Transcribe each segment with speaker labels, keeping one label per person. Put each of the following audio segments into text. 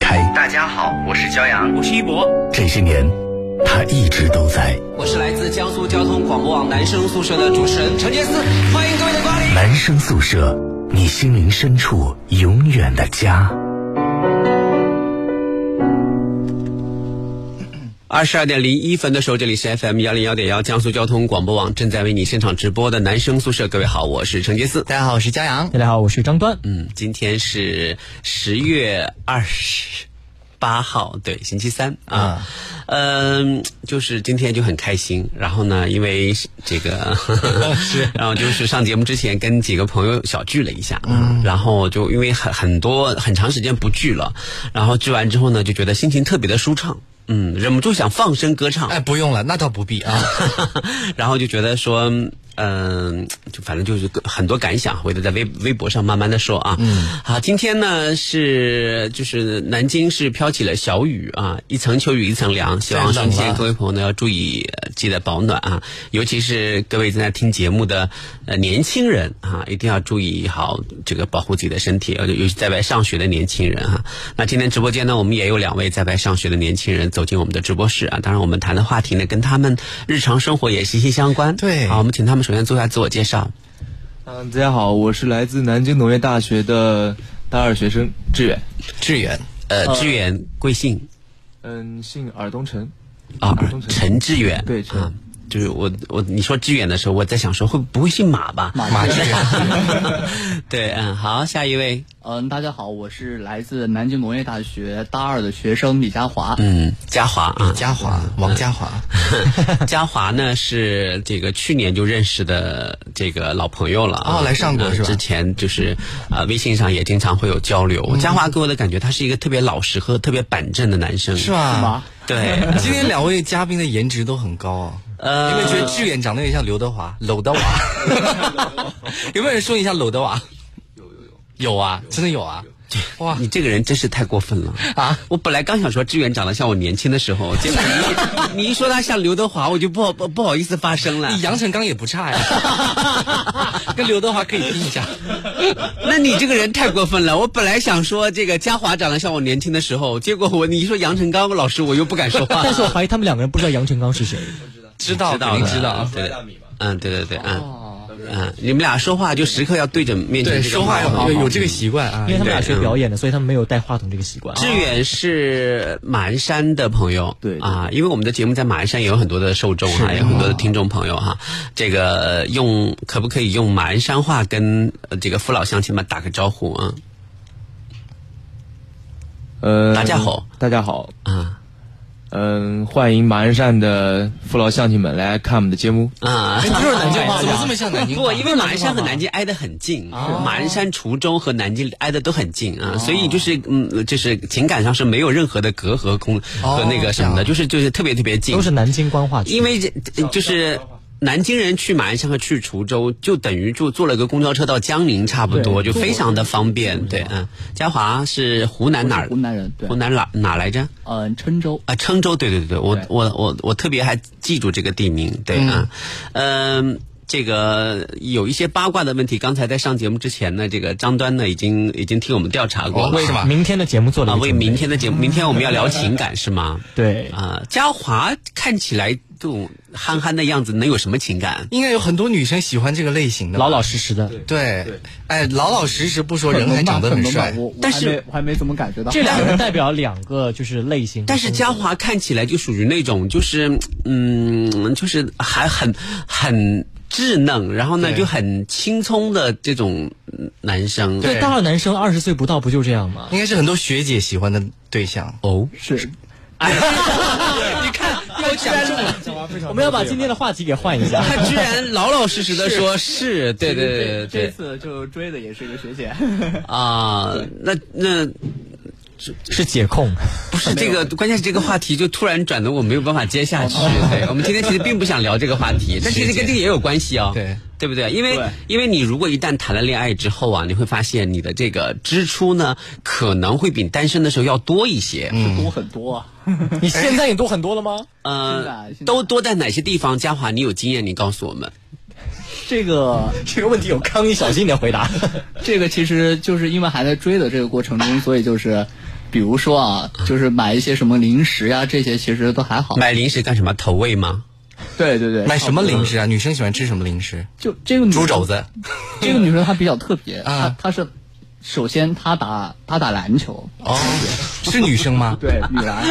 Speaker 1: 大家好，我是骄阳，
Speaker 2: 我是一博。
Speaker 3: 这些年，他一直都在。
Speaker 4: 我是来自江苏交通广播网男生宿舍的主持人陈杰思，欢迎各位的光临。
Speaker 3: 男生宿舍，你心灵深处永远的家。
Speaker 4: 二十二点零一分的时候，这里是 FM 幺零幺点幺江苏交通广播网正在为你现场直播的男生宿舍。各位好，我是陈杰斯。
Speaker 5: 大家好，我是骄阳。
Speaker 6: 大家好，我是张端。
Speaker 4: 嗯，今天是十月二十八号，对，星期三啊。嗯、就是今天就很开心。然后呢，因为这个，然后 就是上节目之前跟几个朋友小聚了一下，嗯，然后就因为很很多很长时间不聚了，然后聚完之后呢，就觉得心情特别的舒畅。嗯，忍不住想放声歌唱，
Speaker 5: 哎，不用了，那倒不必啊。
Speaker 4: 然后就觉得说，嗯、就反正就是个很多感想，回头在微微博上慢慢的说啊。嗯，好，今天呢是就是南京是飘起了小雨啊，一层秋雨一层凉，希望
Speaker 5: 太冷
Speaker 4: 上
Speaker 5: 了
Speaker 4: 天各位朋友呢要注意，呃记得保暖啊，尤其是各位正在听节目的呃年轻人啊，一定要注意好这个保护自己的身体，呃尤尤其在外上学的年轻人啊。那今天直播间呢，我们也有两位在外上学的年轻人走进我们的直播室啊，当然我们谈的话题呢跟他们日常生活也息息相关。
Speaker 5: 对
Speaker 4: 好，我们请他们首先做一下自我介绍。
Speaker 7: 嗯，大家好，我是来自南京农业大学的大二学生志远，
Speaker 5: 志远，
Speaker 4: 呃，志远贵姓？
Speaker 7: 嗯，姓尔东陈，
Speaker 4: 啊
Speaker 7: 尔东，陈，
Speaker 4: 陈志远，
Speaker 7: 对陈
Speaker 4: 啊，就是我我你说志远的时候，我在想说会不会姓马吧？
Speaker 5: 马志远，
Speaker 4: 对，嗯，好，下一位，
Speaker 8: 嗯，大家好，我是来自南京农业大学大二的学生李佳华。
Speaker 4: 嗯，嘉华啊，
Speaker 5: 嘉华，王嘉华，
Speaker 4: 嘉华呢是这个去年就认识的这个老朋友了啊，
Speaker 5: 哦来上过
Speaker 4: 呃
Speaker 5: 是吧
Speaker 4: 之前就是呃微信上也经常会有交
Speaker 5: 嗯
Speaker 4: 流。嘉华给我的感觉，他是一个特别老实和特别板正的男生，
Speaker 5: 是？吧？
Speaker 4: 对，
Speaker 5: 今天两位嘉宾的颜值都很高啊。
Speaker 4: 呃
Speaker 5: 有没有觉得志远长得有点像刘德 华？娄德华？有没有人说一下娄德华？有有有。有啊，真的有啊。哇，
Speaker 4: 你这个人真是太过分了
Speaker 5: 啊！
Speaker 4: 我本来刚想说志远长得像我年轻的时候，结果你你一说他像刘德华，我就不好不不好意思发声了
Speaker 5: 你。杨成刚也不差 呀，跟刘德华可以拼一下。
Speaker 4: 那你这个人太过分了！我本来想说这个嘉华长得像我年轻的时候，结果我你一说杨成刚老师，我又不敢说话了。
Speaker 6: 但是我怀疑他们两个人不知道杨成刚是谁。
Speaker 5: 知道，肯定
Speaker 4: 的
Speaker 5: 知道。啊哦
Speaker 4: 对的，嗯，对对对，嗯，嗯，你们俩说话就时刻要对着面前
Speaker 5: 对，
Speaker 4: 这个
Speaker 5: 说话
Speaker 4: 麦克风
Speaker 5: 要有有这个习惯啊
Speaker 6: 因。为他们俩学表演的，所以他们没有带话筒这个习
Speaker 5: 哦
Speaker 6: 惯。
Speaker 4: 志远是马鞍山的朋友，
Speaker 7: 对
Speaker 4: 啊，因为我们的节目在马鞍山也有很多的受众哈、也有很多的听众朋友哈、这个呃用可不可以用马鞍山话跟呃这个父老乡亲们打个招呼啊？
Speaker 6: 嗯
Speaker 7: 呃，
Speaker 4: 大家好，
Speaker 7: 大家好，
Speaker 4: 啊
Speaker 7: 嗯，欢迎马鞍山的父老乡亲们来看我们的节目，
Speaker 4: 啊！
Speaker 5: 哎就是南京话，怎么这么像南京
Speaker 4: 不，
Speaker 5: 话？
Speaker 4: 因为马鞍山和南京挨得很近，马鞍山、滁州和南京挨得都很近啊，所以就是嗯，就是情感上是没有任何的隔阂空和那个什么的，就是就是特别特别近
Speaker 6: 都，是南京官话区，
Speaker 4: 因为这这就是。南京人去马鞍山和去滁州，就等于就坐了个公交车到江宁，差不多，就非常的方便。对，嗯，嘉华是湖南哪儿？
Speaker 8: 湖南人对
Speaker 4: 湖南哪哪来着？
Speaker 8: 嗯，郴州。
Speaker 4: 啊，郴州，对对对对，我
Speaker 8: 对
Speaker 4: 我我我特别还记住这个地名，对啊，嗯。这个有一些八卦的问题，刚才在上节目之前呢，这个张端呢已经已经替我们调查过了，
Speaker 5: 哦为什么？
Speaker 6: 明天的节目做了
Speaker 4: 啊，
Speaker 6: 一个
Speaker 4: 为
Speaker 6: 准备
Speaker 4: 明天的节目，明天我们要聊情感是 吗？
Speaker 6: 对
Speaker 4: 啊，嘉华看起来这种憨憨的样子，能有什么情感？
Speaker 5: 应该有很多女生喜欢这个类型的吧。
Speaker 6: 老老实实的。
Speaker 5: 对，哎，老老实实不说，人还长得很帅
Speaker 8: 我。我还没
Speaker 4: 但是
Speaker 8: 我还没怎么感觉到。
Speaker 6: 这两个人代表两个就是类型，
Speaker 4: 但是嘉华看起来就属于那种，就是嗯，就是还很很稚嫩，然后呢
Speaker 5: 对
Speaker 4: 就很轻松的这种男生。
Speaker 6: 对大二男生二十岁不到不就这样吗？
Speaker 5: 应该是很多学姐喜欢的对象。
Speaker 4: 哦，
Speaker 8: 是
Speaker 4: 你看，我居然
Speaker 6: 我们要把今天的话题给换一下。
Speaker 4: 他居然老老实实的说是，对对对
Speaker 8: 这
Speaker 4: 对
Speaker 8: 次就追的也是一个学姐，
Speaker 4: 对啊，那那
Speaker 6: 是解控，
Speaker 4: 不是这个，关键是这个话题就突然转的我没有办法接下去。对，我们今天其实并不想聊这个话 题，但其实跟这个也有关系哦。
Speaker 5: 对。
Speaker 4: 对不对？因为因为你如果一旦谈了恋爱之后啊，你会发现你的这个支出呢，可能会比单身的时候要多一些。
Speaker 8: 多很多啊。
Speaker 6: 你现在也多很多了吗？
Speaker 8: 是的
Speaker 4: 呃
Speaker 8: 是，的
Speaker 4: 都多在哪些地方？嘉华，你有经验，你告诉我们。
Speaker 8: 这个
Speaker 6: 这个问题 有康，你小心一点回答。
Speaker 8: 这个其实就是因为还在追的这个过程中，所以就是比如说啊，就是买一些什么零食呀、这些其实都还好。
Speaker 4: 买零食干什么？投喂吗？
Speaker 8: 对对对，
Speaker 5: 买什么零食啊？女生喜欢吃什么零食？
Speaker 8: 就这个女
Speaker 5: 猪肘子。
Speaker 8: 这个女生她比较特别，
Speaker 5: 啊
Speaker 8: 她她是首先她打她打篮球，
Speaker 5: 哦，是女生吗？
Speaker 8: 对 女篮，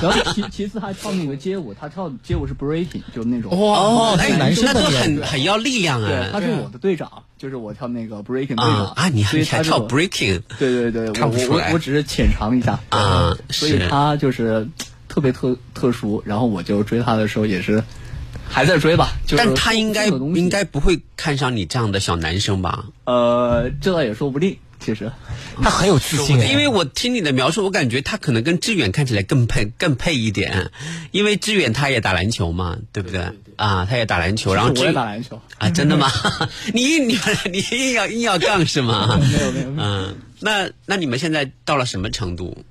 Speaker 8: 然后其其次她跳那个街舞，她跳街舞是 breaking，就是那种。
Speaker 5: 哇，
Speaker 4: 哎，
Speaker 6: 哦男生
Speaker 4: 那
Speaker 6: 的
Speaker 4: 都
Speaker 6: 脸
Speaker 4: 很很要力量
Speaker 8: 对，
Speaker 4: 啊
Speaker 8: 她是我的队长，就是我跳那个 breaking 队长
Speaker 4: 啊啊！你还
Speaker 8: 所以
Speaker 4: 你
Speaker 8: 她
Speaker 4: 还
Speaker 8: 是
Speaker 4: 跳
Speaker 8: 我
Speaker 4: breaking
Speaker 8: 对对对，
Speaker 5: 看不
Speaker 8: 我
Speaker 5: 出
Speaker 8: 我
Speaker 5: 来
Speaker 8: 我只是浅尝一下
Speaker 4: 啊
Speaker 8: 所以
Speaker 4: 是
Speaker 8: 她就是特别特特殊，然后我就追她的时候也是还在追吧，就是
Speaker 4: 但他应该
Speaker 8: 这种东西
Speaker 4: 应该不会看上你这样的小男生吧？
Speaker 8: 呃，这倒也说不定，其实。
Speaker 6: 他很有自信哎，
Speaker 4: 因为我听你的描述，我感觉他可能跟志远看起来更配更配一点，因为志远他也打篮球嘛，对不对？啊，他也打篮球，然后
Speaker 8: 我
Speaker 4: 志
Speaker 8: 也
Speaker 4: 远
Speaker 8: 打篮球，
Speaker 4: 啊，真 的吗？你你你硬要硬要杠是吗？没有没有。嗯，那那你们现在到了什么程度？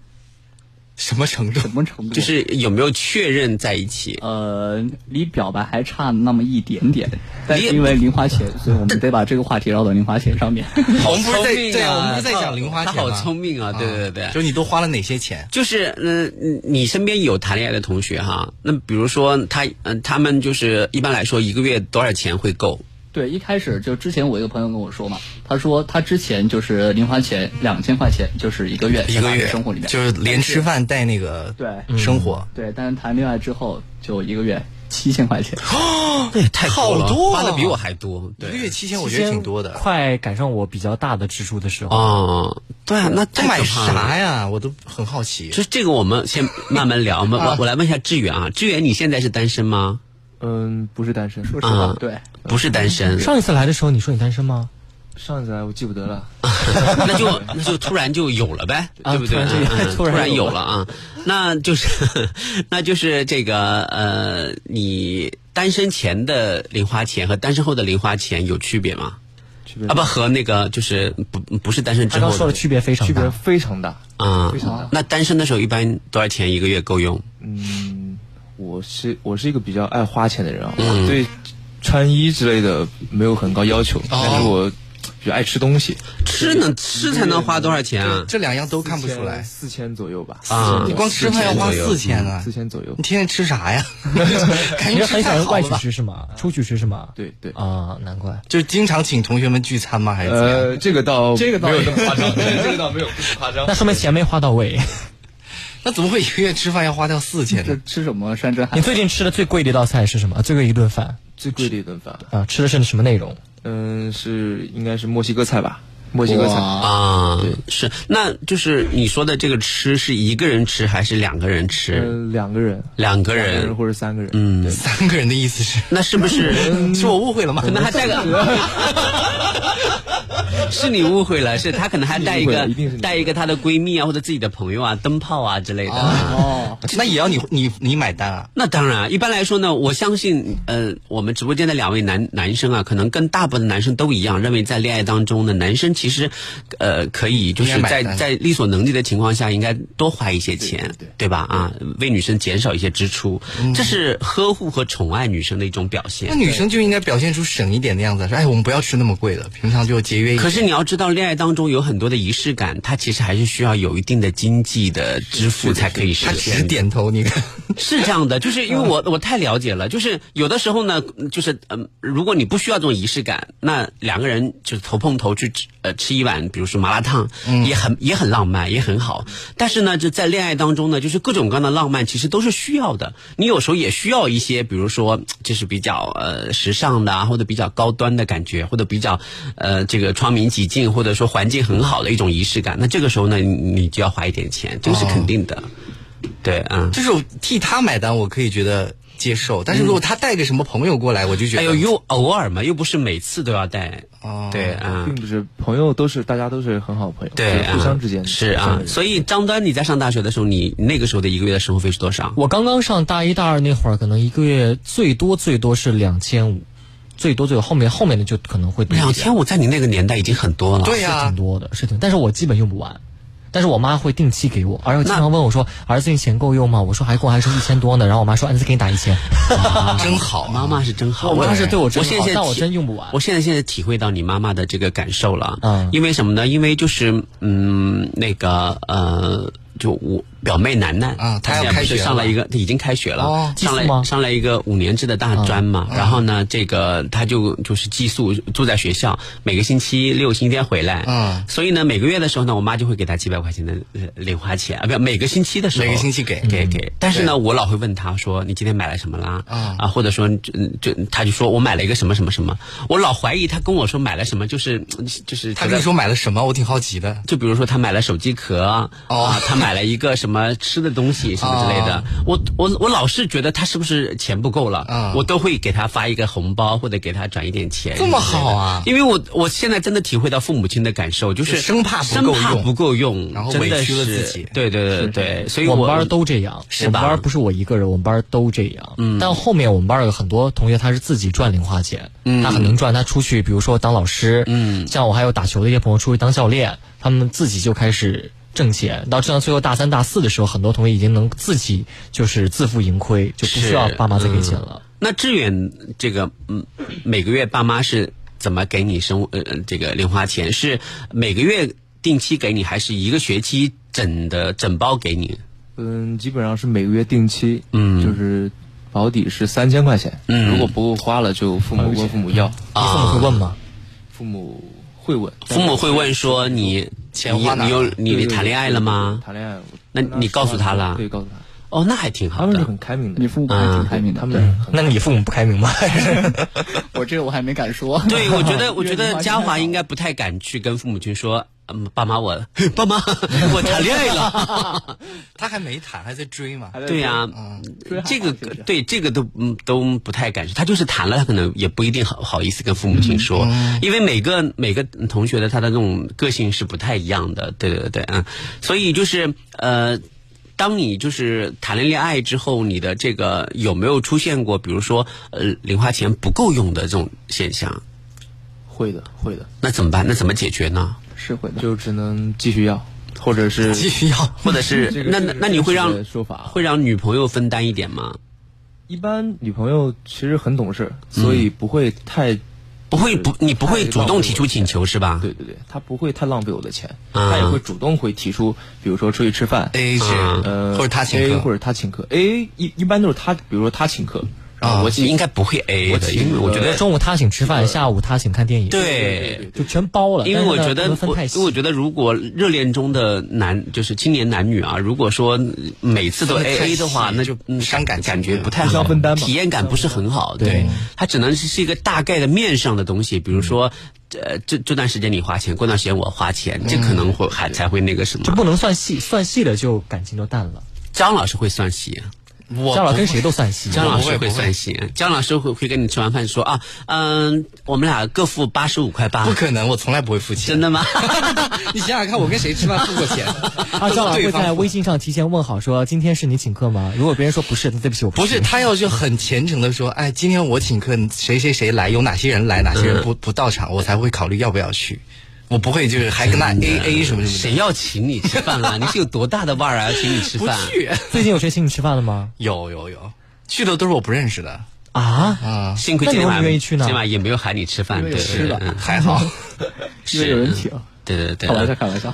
Speaker 5: 什么程度
Speaker 8: 什？么程度？
Speaker 4: 就是有没有确认在一起？
Speaker 8: 呃，离表白还差那么一点点，但是
Speaker 4: 离
Speaker 8: 因为零花钱，所以我们得把这个话题绕到零花钱 上面。
Speaker 5: 我们不是在
Speaker 4: 聪明啊
Speaker 5: 对啊，我们不是在讲零花钱
Speaker 4: 他
Speaker 5: 吗
Speaker 4: 好聪明啊！对对对。
Speaker 5: 就你都花了哪些钱？
Speaker 4: 就是嗯、你身边有谈恋爱的同学哈，那比如说他嗯、他们就是一般来说一个月多少钱会够？
Speaker 8: 对，一开始就之前我一个朋友跟我说嘛，他说他之前就是零花钱两千块钱，就是一个月
Speaker 5: 一个
Speaker 8: 在大学
Speaker 5: 月
Speaker 8: 生活里面
Speaker 5: 就是嗯连吃饭带那个
Speaker 8: 对
Speaker 5: 生活，
Speaker 8: 对，但是谈恋爱之后就一个月七千块钱，
Speaker 4: 那也哎太多了
Speaker 5: 好多啊
Speaker 4: 花的比我还多。
Speaker 5: 一
Speaker 4: 对
Speaker 5: 个月七千，我觉得挺多的。
Speaker 6: 快赶上我比较大的支出的时候，
Speaker 4: 哦，对啊，那
Speaker 5: 都
Speaker 4: 太
Speaker 5: 买
Speaker 4: 可怕了
Speaker 5: 啥呀？我都很好奇。
Speaker 4: 就是这个，我们先慢慢聊。我们我我来问一下志远啊，志远你现在是单身吗？
Speaker 7: 嗯，不是单身。
Speaker 8: 说实话
Speaker 4: 啊，
Speaker 8: 对，
Speaker 4: 不是单身，
Speaker 6: 上一次来的时候你说你单身吗？
Speaker 7: 上一次来我记不得了，
Speaker 4: 那就那就突然就有了呗，
Speaker 6: 啊
Speaker 4: 对不对？
Speaker 6: 突然就有
Speaker 4: 嗯嗯突
Speaker 6: 突然有了
Speaker 4: 然有了啊，那就是那就是这个呃，你单身前的零花钱和单身后的零花钱有区别吗？
Speaker 7: 区别
Speaker 4: 啊不和那个就是不不是单身之
Speaker 6: 他刚说
Speaker 4: 后
Speaker 6: 的
Speaker 4: 的
Speaker 6: 区别非常
Speaker 7: 区别
Speaker 6: 大，
Speaker 7: 非常大。
Speaker 4: 啊
Speaker 7: 非常大，
Speaker 4: 那单身的时候一般多少钱一个月够用？
Speaker 7: 嗯，我是我是一个比较爱花钱的人啊，我对穿衣之类的没有很高要求，但是我比较爱吃东西，
Speaker 4: 吃呢吃才能花多少钱啊？
Speaker 5: 这两样都看不出来，
Speaker 7: 四千左右吧，
Speaker 4: 啊
Speaker 5: 你光吃饭要花四千啊
Speaker 7: 四！千左右
Speaker 5: 你，天天吃啥 呀？感
Speaker 6: 你
Speaker 5: 觉吃
Speaker 6: 是很
Speaker 5: 太
Speaker 6: 喜欢
Speaker 5: 好
Speaker 6: 外
Speaker 5: 了
Speaker 6: 去
Speaker 5: 吧？
Speaker 6: 吃是吗？出去吃是吗？
Speaker 7: 对对。
Speaker 6: 啊，难怪。
Speaker 5: 就是经常请同学们聚餐吗？还是怎样？
Speaker 7: 呃，这个倒这个
Speaker 8: 倒
Speaker 7: 没有那么夸张，对这个倒没有不是夸张
Speaker 6: 那。说明钱没花到位。
Speaker 5: 那怎么会一个月吃饭要花掉四千
Speaker 8: 这
Speaker 5: 呢？
Speaker 8: 吃什么山珍海
Speaker 6: 你
Speaker 8: 味？
Speaker 6: 最近吃的最贵的一道菜是什么？最贵一顿饭
Speaker 7: 最贵的一顿饭，
Speaker 6: 啊，吃的是什么内容？
Speaker 7: 嗯，是应该是墨西哥菜吧？墨西哥菜，
Speaker 8: 哇，
Speaker 4: 啊，是，那就是你说的这个吃是一个人吃还是两个人吃？
Speaker 7: 嗯，两个人，
Speaker 4: 两个
Speaker 7: 两个
Speaker 4: 人
Speaker 7: 人，或者三个人，
Speaker 4: 嗯，
Speaker 5: 三个人的意思是，
Speaker 4: 那是不是？
Speaker 5: 是我误会了吗？
Speaker 4: 可能还带个，是你误会了，是她可能还带一
Speaker 7: 你误会
Speaker 4: 个
Speaker 7: 了一定是你
Speaker 4: 带一个她的闺蜜啊，或者自己的朋友啊，灯泡啊之类的。
Speaker 8: 哦，
Speaker 5: 那也要你你你买单啊？
Speaker 4: 那当然，一般来说呢，我相信，呃，我们直播间的两位男男生啊，可能跟大部分男生都一样，认为在恋爱当中呢，男生其实，呃，可以就
Speaker 5: 应
Speaker 4: 是
Speaker 5: 该买
Speaker 4: 在
Speaker 5: 单
Speaker 4: 在力所能及的情况下，应该多花一些钱，对吧？啊，为女生减少一些支出，
Speaker 7: 嗯
Speaker 4: 这是呵护和宠爱女生的一种表现
Speaker 5: 那。女生就应该表现出省一点的样子，说哎，我们不要吃那么贵的，平常就节约一点。
Speaker 4: 可是你要知道，恋爱当中有很多的仪式感，它其实还是需要有一定的经济的支付才可以实
Speaker 5: 他
Speaker 4: 现
Speaker 5: 只
Speaker 4: 的。
Speaker 5: 点头，你看，
Speaker 4: 是这样的，就是因为我我太了解了，就是有的时候呢，就是嗯、如果你不需要这种仪式感，那两个人就是头碰头去吃呃吃一碗，比如说麻辣烫，也很也很浪漫，也很好。但是呢，就在恋爱当中呢，就是各种各样的浪漫其实都是需要的。你有时候也需要一些，比如说就是比较呃时尚的啊，或者比较高端的感觉，或者比较呃这个窗明几净，或者说环境很好的一种仪式感。那这个时候呢，你你就要花一点钱，这个是肯定的。对，嗯。
Speaker 5: 这种替他买单，我可以觉得接受。但是如果他带个什么朋友过来，我就觉
Speaker 4: 哎呦，
Speaker 5: 得，
Speaker 4: 又偶尔嘛，又不是每次都要带。
Speaker 5: 哦
Speaker 4: 对啊
Speaker 7: 并，不是朋友，都是大家都是很好的朋友，
Speaker 4: 对
Speaker 7: 就是
Speaker 4: 啊，
Speaker 7: 互相之间的
Speaker 4: 是
Speaker 7: 互相
Speaker 4: 啊
Speaker 7: 之。间
Speaker 4: 所以张端，你在上大学的时候，你那个时候的一个月的生活费是多少？
Speaker 6: 我刚刚上大一大二那会儿，可能一个月最多最多是两千五，最多最多后面后面的就可能会多一点
Speaker 4: 两千五，在你那个年代已经很多了。
Speaker 5: 对呀、
Speaker 6: 是挺多的，是挺，但是我基本用不完。但是我妈会定期给我，而且经常问我说：“儿子，你钱够用吗？”我说：“还够，还剩一千多呢。”然后我妈说：“儿子，给你打一千。
Speaker 5: 真好、
Speaker 4: 妈妈是真好，啊
Speaker 6: 我妈是对我真
Speaker 4: 我
Speaker 6: 好
Speaker 4: 现在
Speaker 6: 但我
Speaker 4: 体
Speaker 6: 真用不完
Speaker 4: 我现在现在体会到你妈妈的这个感受了，啊
Speaker 6: 嗯
Speaker 4: 因为什么呢？因为就是嗯，那个呃，就我表妹楠楠
Speaker 5: 啊她要
Speaker 4: 现在不
Speaker 5: 开
Speaker 4: 是
Speaker 5: 学
Speaker 4: 上
Speaker 5: 了
Speaker 4: 了一个，她已经开学了，
Speaker 5: 哦
Speaker 6: 寄宿
Speaker 4: 上
Speaker 6: 吗
Speaker 4: 了上了一个五年制的大专嘛。
Speaker 5: 嗯
Speaker 4: 然后呢，这个她就就是寄宿住在学校，每个星期六、星期天回来。
Speaker 5: 嗯
Speaker 4: 所以呢，每个月的时候呢，我妈就会给她几百块钱的呃零花钱啊，不，每个星期的时候，
Speaker 5: 每个星期给
Speaker 4: 给给。但是呢，我老会问她说：“你今天买了什么啦？”
Speaker 5: 啊
Speaker 4: 啊，或者说就就她就说我买了一个什么什么什么，我老怀疑她跟我说买了什么，就是就是
Speaker 5: 他跟你说买了什么？我挺好奇的。
Speaker 4: 就比如说他买了手机壳啊，
Speaker 5: 哦
Speaker 4: 啊他买了一个什么吃的东西什么之类的，
Speaker 5: 啊
Speaker 4: 我我我老是觉得他是不是钱不够了，
Speaker 5: 啊
Speaker 4: 我都会给他发一个红包或者给他转一点钱，
Speaker 5: 这么好啊
Speaker 4: 因为我我现在真的体会到父母亲的感受，就是
Speaker 5: 就生怕不
Speaker 4: 生
Speaker 5: 够
Speaker 4: 怕
Speaker 5: 用
Speaker 4: 不够用，
Speaker 5: 然后
Speaker 4: 真的
Speaker 5: 委屈了
Speaker 4: 是
Speaker 5: 自己
Speaker 4: 对对对对，所以
Speaker 6: 我
Speaker 4: 我
Speaker 6: 们班儿都这样，
Speaker 4: 是
Speaker 6: 我们
Speaker 4: 吧
Speaker 6: 班儿不是我一个人，我们班儿都这样。嗯，但后面我们班儿有很多同学他是自己赚零花钱，嗯，他很能赚，他出去比如说当老师，嗯，像我还有打球的一些朋友出去当教练，他们自己就开始。挣钱到挣到最后大三大四的时候，很多同学已经能自己就是自负盈亏，就不需要
Speaker 4: 是
Speaker 6: 爸妈再给钱了。
Speaker 4: 那志远这个嗯，每个月爸妈是怎么给你生呃呃这个零花钱？是每个月定期给你，还是一个学期整的整包给你？
Speaker 7: 嗯，基本上是每个月定期，嗯，就是保底是三千块钱，
Speaker 4: 嗯
Speaker 7: 如果不够花了就父母问父母要，
Speaker 6: 你父母会问吗？
Speaker 7: 父母会问，
Speaker 4: 父母会问说你
Speaker 5: 钱花哪
Speaker 4: 你
Speaker 5: 儿
Speaker 4: 有
Speaker 5: 了
Speaker 4: 你你谈恋爱了吗？
Speaker 7: 谈恋爱，我
Speaker 4: 那你告诉他了
Speaker 7: 对，告诉他，
Speaker 4: 哦，那还挺好
Speaker 7: 他们是
Speaker 4: 的啊
Speaker 7: 很。开明的，
Speaker 8: 你父母还挺开明的，
Speaker 7: 他们是很
Speaker 6: 那你父母不开明吗？
Speaker 8: 我这个我还没敢说。
Speaker 4: 对，我觉 得我觉
Speaker 8: 因为
Speaker 4: 得
Speaker 8: 你
Speaker 4: 嘉华 应该不太敢去跟父母亲说，嗯，爸妈我 爸妈我谈恋爱了。
Speaker 5: 他还没谈，还在追 嘛？
Speaker 4: 对呀、
Speaker 7: 嗯
Speaker 4: 这个对这个都嗯都不太敢说，他就是谈了，他可能也不一定好好意思跟父母
Speaker 7: 嗯
Speaker 4: 亲说，因为每个每个同学的他的那种个性是不太一样的，对对对，嗯，所以就是呃。当你就是谈了恋爱之后，你的这个有没有出现过，比如说呃零花钱不够用的这种现象？
Speaker 7: 会的，会的，
Speaker 4: 那怎么办？那怎么解决呢？
Speaker 8: 是会的，
Speaker 7: 就只能继续要，或者是
Speaker 5: 继续要
Speaker 4: 或者是、
Speaker 7: 这个
Speaker 4: 那
Speaker 7: 这
Speaker 4: 那
Speaker 7: 个
Speaker 4: 那你会
Speaker 7: 这
Speaker 4: 让
Speaker 7: 个说法啊
Speaker 4: 会让女朋友分担一点吗？
Speaker 7: 一般女朋友其实很懂事，
Speaker 4: 嗯
Speaker 7: 所以不会太，
Speaker 4: 不会不，你不会主动提出请求是吧？
Speaker 7: 对对对，她不会太浪费我的钱，
Speaker 4: 啊
Speaker 7: 她也会主动会提出，比如说出去吃饭，
Speaker 5: 嗯 A 制
Speaker 4: 嗯，
Speaker 7: 呃，
Speaker 5: 或者他请
Speaker 7: A
Speaker 5: 客，
Speaker 7: 或者他请客，A 一一般都是他，比如说他请客，
Speaker 5: 啊
Speaker 7: 然后我请，
Speaker 4: 啊应该不会 A
Speaker 7: 我
Speaker 4: 的，
Speaker 7: 请
Speaker 4: 因为我觉
Speaker 5: 呃
Speaker 4: 得
Speaker 6: 中午他请吃饭，下午他请看电影，，
Speaker 4: 对。
Speaker 6: 就全包了。
Speaker 4: 因为
Speaker 6: 但是
Speaker 4: 我
Speaker 6: 呢
Speaker 4: 觉
Speaker 6: 不
Speaker 4: 得
Speaker 6: 能，分
Speaker 4: 我
Speaker 6: 太
Speaker 4: 因
Speaker 6: 细
Speaker 4: 为我觉得，如果热恋中的男就是青年男女啊，如果说每次都
Speaker 5: 分得太
Speaker 4: A A 的话，
Speaker 5: 细
Speaker 4: 那
Speaker 5: 就
Speaker 4: 嗯
Speaker 5: 伤感情嗯
Speaker 4: 感觉不太
Speaker 7: 互
Speaker 4: 好
Speaker 7: 相分担嘛
Speaker 4: 体验感不是很好。
Speaker 6: 对
Speaker 4: 对，它只能是是一个大概的面上的东西，比如说，
Speaker 5: 嗯
Speaker 4: 呃，这这段时间你花钱，过段时间我花钱，这可能会还才会那个什么
Speaker 6: 就。不能算细，算细了就感情就淡了。
Speaker 4: 张老师会算戏啊，
Speaker 8: 哦
Speaker 5: 我
Speaker 6: 张老师跟谁都算 细，
Speaker 4: 张老
Speaker 5: 不
Speaker 4: 师会
Speaker 5: 会嗯不会
Speaker 4: 算戏啊，张老师会会跟你吃完饭说啊，嗯，我们俩各付八十五块八
Speaker 5: 不，可能，我从来不会付钱。
Speaker 4: 真的吗？
Speaker 5: 你想想看，我跟谁吃饭付过钱？
Speaker 6: 啊，张老师会
Speaker 5: 对方
Speaker 6: 在
Speaker 5: 付
Speaker 6: 微信上提前问好说，今天是你请客吗？如果别人说不是，那对不起，我
Speaker 5: 不
Speaker 6: 是
Speaker 5: 是，他要是很虔诚的说，哎，今天我请客，谁谁谁来，有哪些人来，哪些
Speaker 4: 嗯
Speaker 5: 人不不到场，我才会考虑要不要去。我不会就是还跟他 A A 什么什
Speaker 4: 哎嗯谁
Speaker 5: 么
Speaker 4: 要请你吃饭啊？你是有多大的腕儿啊？请你吃
Speaker 5: 的，不
Speaker 4: 饭？
Speaker 5: 去。
Speaker 6: 最近有谁请你吃饭 了吗？
Speaker 5: 有有有，去的都是我不认识的
Speaker 6: 啊，
Speaker 5: 啊，
Speaker 4: 幸亏今天
Speaker 6: 那你为什么
Speaker 4: 晚上
Speaker 6: 愿意去呢
Speaker 4: 今天晚上也没有喊你吃饭，对
Speaker 8: 吃的
Speaker 4: 嗯
Speaker 5: 还好。
Speaker 8: 因为有人请。
Speaker 4: 对对对
Speaker 8: 开玩笑，
Speaker 4: 对。
Speaker 8: 开玩笑。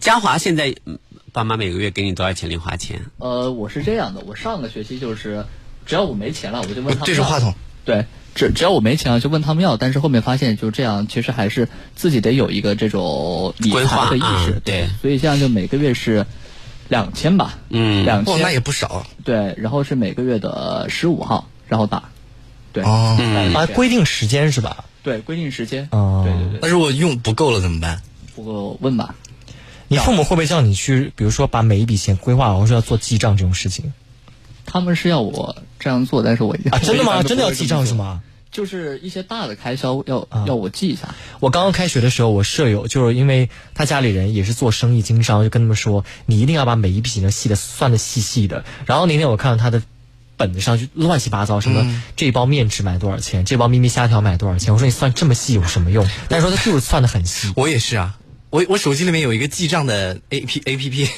Speaker 4: 嘉华现在嗯爸妈每个月给你多少钱零花钱？
Speaker 8: 呃，我是这样的，我上个学期就是，只要我没钱了，我就问他们
Speaker 5: 对着
Speaker 8: 要
Speaker 5: 话筒，
Speaker 8: 对，只只要我没钱了就问他们要，但是后面发现就这样，其实还是自己得有一个这种理
Speaker 4: 规划
Speaker 8: 财的意识，
Speaker 4: 嗯对
Speaker 8: 所以这样就每个月是两千吧，
Speaker 4: 嗯
Speaker 8: 两
Speaker 5: 哦，那也
Speaker 8: 千，
Speaker 5: 不少
Speaker 8: 对，然后是每个月的十五号，然后打，对，
Speaker 5: 哦。
Speaker 4: 嗯，
Speaker 6: 啊，规定时间是吧？
Speaker 8: 对，规定时间，
Speaker 6: 哦
Speaker 8: 对对对，
Speaker 5: 那如果用不够了怎么办？
Speaker 8: 不过问吧，
Speaker 6: 你父母会不会叫你去，比如说把每一笔钱规划好，或者要做记账这种事情
Speaker 8: 他们是要我这样做，但是我
Speaker 6: 啊？
Speaker 8: 我
Speaker 6: 真的
Speaker 8: 一
Speaker 6: 吗？
Speaker 8: 般都不
Speaker 6: 真的要
Speaker 8: 会这
Speaker 6: 记
Speaker 8: 么
Speaker 6: 账
Speaker 8: 做
Speaker 6: 是？吗？
Speaker 8: 就是一些大的开销要、要我记一下，
Speaker 6: 我刚刚开学的时候，我舍友就是因为他家里人也是做生意经商，就跟他们说，你一定要把每一笔钱都细的算的细细的。然后那天我看到他的本子上就乱七八糟，什么、这包面纸买多少钱，这包咪咪虾条买多少钱。我说你算这么细有什么用？但是说他就是算的很细。
Speaker 5: 我也是啊，我我手机里面有一个记账的 A P A P P，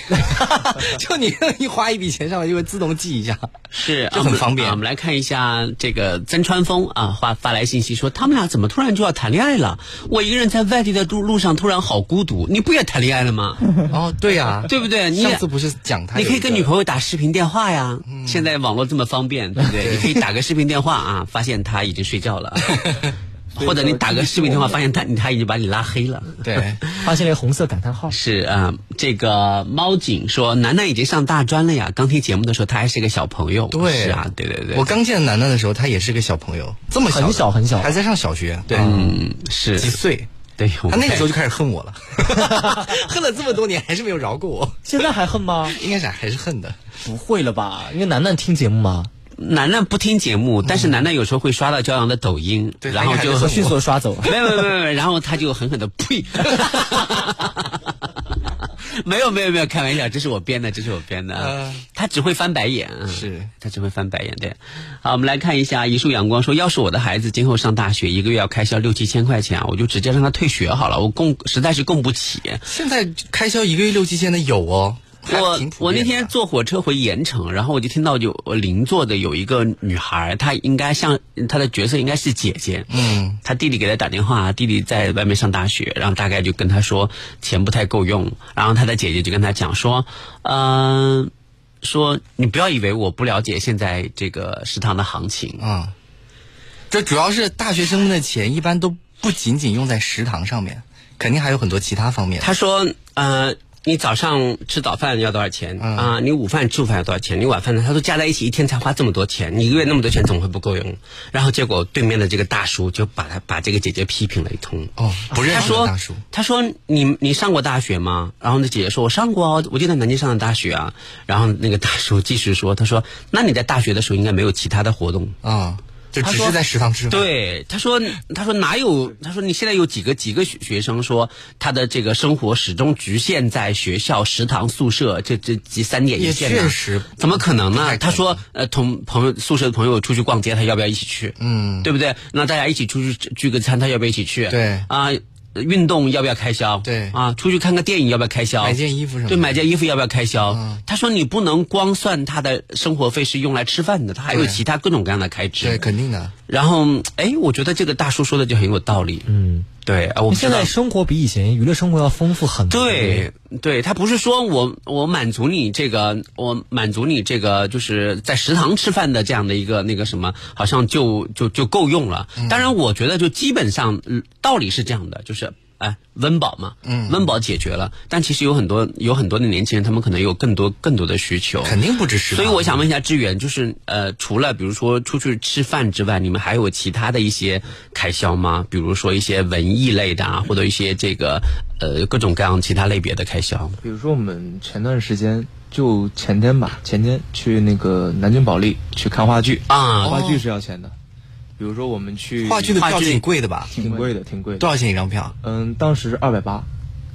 Speaker 5: 就你一花一笔钱上来就会自动记一下。
Speaker 4: 是，
Speaker 5: 就很方便
Speaker 4: 啊我们啊我们来看一下这个曾川峰啊，发发来信息说，他们俩怎么突然就要谈恋爱了？我一个人在外地的路路上，突然好孤独。你不也谈恋爱了吗？
Speaker 5: 哦，对呀、
Speaker 4: 啊对不对？你也
Speaker 5: 上次不是讲他有
Speaker 4: 你
Speaker 5: 一个，嗯
Speaker 4: 可以跟女朋友打视频电话呀。现在网络这么方便，对不对？你可以打个视频电话啊，发现他已经睡觉了， 或者你打个视频电话，发现他他已经把你拉黑了。
Speaker 5: 对，
Speaker 6: 发现了一个红色感叹号。
Speaker 4: 是啊、这个猫警说，楠楠已经上大专了呀。刚听节目的时候，他还是个小朋友。
Speaker 5: 对
Speaker 4: 是啊，对对对。
Speaker 5: 我刚见楠楠的时候，她也是个小朋友，这么小的，
Speaker 6: 很小很小
Speaker 5: 还在上小学，对，
Speaker 4: 嗯是
Speaker 5: 几岁？
Speaker 4: 对，我
Speaker 5: 她
Speaker 4: 们
Speaker 5: 那个时候就开始恨我了，恨了这么多年还是没有饶过我，
Speaker 6: 现在还恨吗？
Speaker 5: 应该是还是恨的。
Speaker 6: 不会了吧？因为楠楠听节目吗？
Speaker 4: 楠楠不听节目，但是楠楠有时候会刷到骄阳的抖音，
Speaker 5: 嗯对
Speaker 4: 然后
Speaker 5: 她应该
Speaker 4: 就
Speaker 5: 还是
Speaker 6: 迅速地刷走。
Speaker 4: 没有没有没有没有，然后他就狠狠的呸。没有没有没有，开玩笑，这是我编的，这是我编的。啊
Speaker 5: 嗯
Speaker 4: 他只会翻白眼，
Speaker 5: 是
Speaker 4: 他只会翻白眼。对，好，我们来看一下一束阳光说，要是我的孩子今后上大学，一个月要开销六七千块钱啊，我就直接让他退学好了，我供实在是供不起。
Speaker 5: 现在开销一个月六七千的有哦，还
Speaker 4: 我
Speaker 5: 挺普
Speaker 4: 我那
Speaker 5: 遍的
Speaker 4: 天坐火车回盐城，然后我就听到有我邻座的有一个女孩，她应该像她的角色应该是姐姐，嗯，她弟弟给她打电话，弟弟在外面上大学，然后大概就跟她说钱不太够用，然后她的姐姐就跟她讲说，嗯、说你不要以为我不了解现在这个食堂的行情，
Speaker 5: 啊，这主要是大学生们的钱一般都不仅仅用在食堂上面，肯定还有很多其他方面。
Speaker 4: 她说，呃。你早上吃早饭要多少钱
Speaker 5: 嗯
Speaker 4: 啊、你午饭吃午饭要多少钱？你晚饭呢？他说加在一起一天才花这么多钱，你一个月那么多钱怎么会不够用？然后结果对面的这个大叔就把他把这个姐姐批评了一通。
Speaker 5: 哦，不认
Speaker 4: 他
Speaker 5: 识的
Speaker 4: 说
Speaker 5: 大叔，：“
Speaker 4: 他说你你上过大学吗？”然后那姐姐说：“我上过啊，我就在南京上的大学啊。”然后那个大叔继续说：“他说那你在大学的时候应该没有其他的活动。”
Speaker 5: 啊、就只是在食堂吃饭。，
Speaker 4: 对，他说，他说哪有？他说你现在有几个几个学学生说他的这个生活始终局限在学校、食堂、宿舍这这几三点一线呢
Speaker 5: 也确实
Speaker 4: 怎么可能
Speaker 5: 不太可
Speaker 4: 呢？
Speaker 5: 能
Speaker 4: 他说，呃，同朋友宿舍的朋友出去逛街，他要不要一起去？嗯，对不对？那大家一起出去吃聚个餐，他要不要一起去？
Speaker 5: 对
Speaker 4: 啊。运动要不要开销？
Speaker 5: 对
Speaker 4: 啊，出去看个电影要不要开销？
Speaker 5: 买件衣服什么
Speaker 4: 对，
Speaker 5: 的嗯
Speaker 4: 买件衣服要不要开销？他说你不能光算他的生活费是用来吃饭的，他还有
Speaker 5: 对
Speaker 4: 其他各种各样的开支。
Speaker 5: 对，肯定的。
Speaker 4: 然后，哎，我觉得这个大叔说的就很有道理。嗯，对啊，我们
Speaker 6: 现在生活比以前娱乐生活要丰富很多。
Speaker 4: 对对，他不是说我我满足你这个，我满足你这个，就是在食堂吃饭的这样的一个那个什么，好像就就就够用了。当然，我觉得就基本上嗯道理是这样的，就是。哎，温饱嘛，嗯，温饱解决了，但其实有很多有很多的年轻人，他们可能有更多更多的需求，
Speaker 5: 肯定不止食堂
Speaker 4: 所以我想问一下志远，就是呃，除了比如说出去吃饭之外，你们还有其他的一些开销吗？比如说一些文艺类的啊，或者一些这个呃各种各样其他类别的开销。
Speaker 7: 比如说我们前段时间就前天吧，前天去那个南京保利去看话剧
Speaker 4: 啊
Speaker 7: 话剧是要钱的。比如说我们去
Speaker 5: 哦话剧的票
Speaker 4: 话剧
Speaker 5: 挺贵的吧？
Speaker 7: 挺贵的，挺贵的。
Speaker 5: 多少钱一张票？
Speaker 7: 嗯，当时是二百八，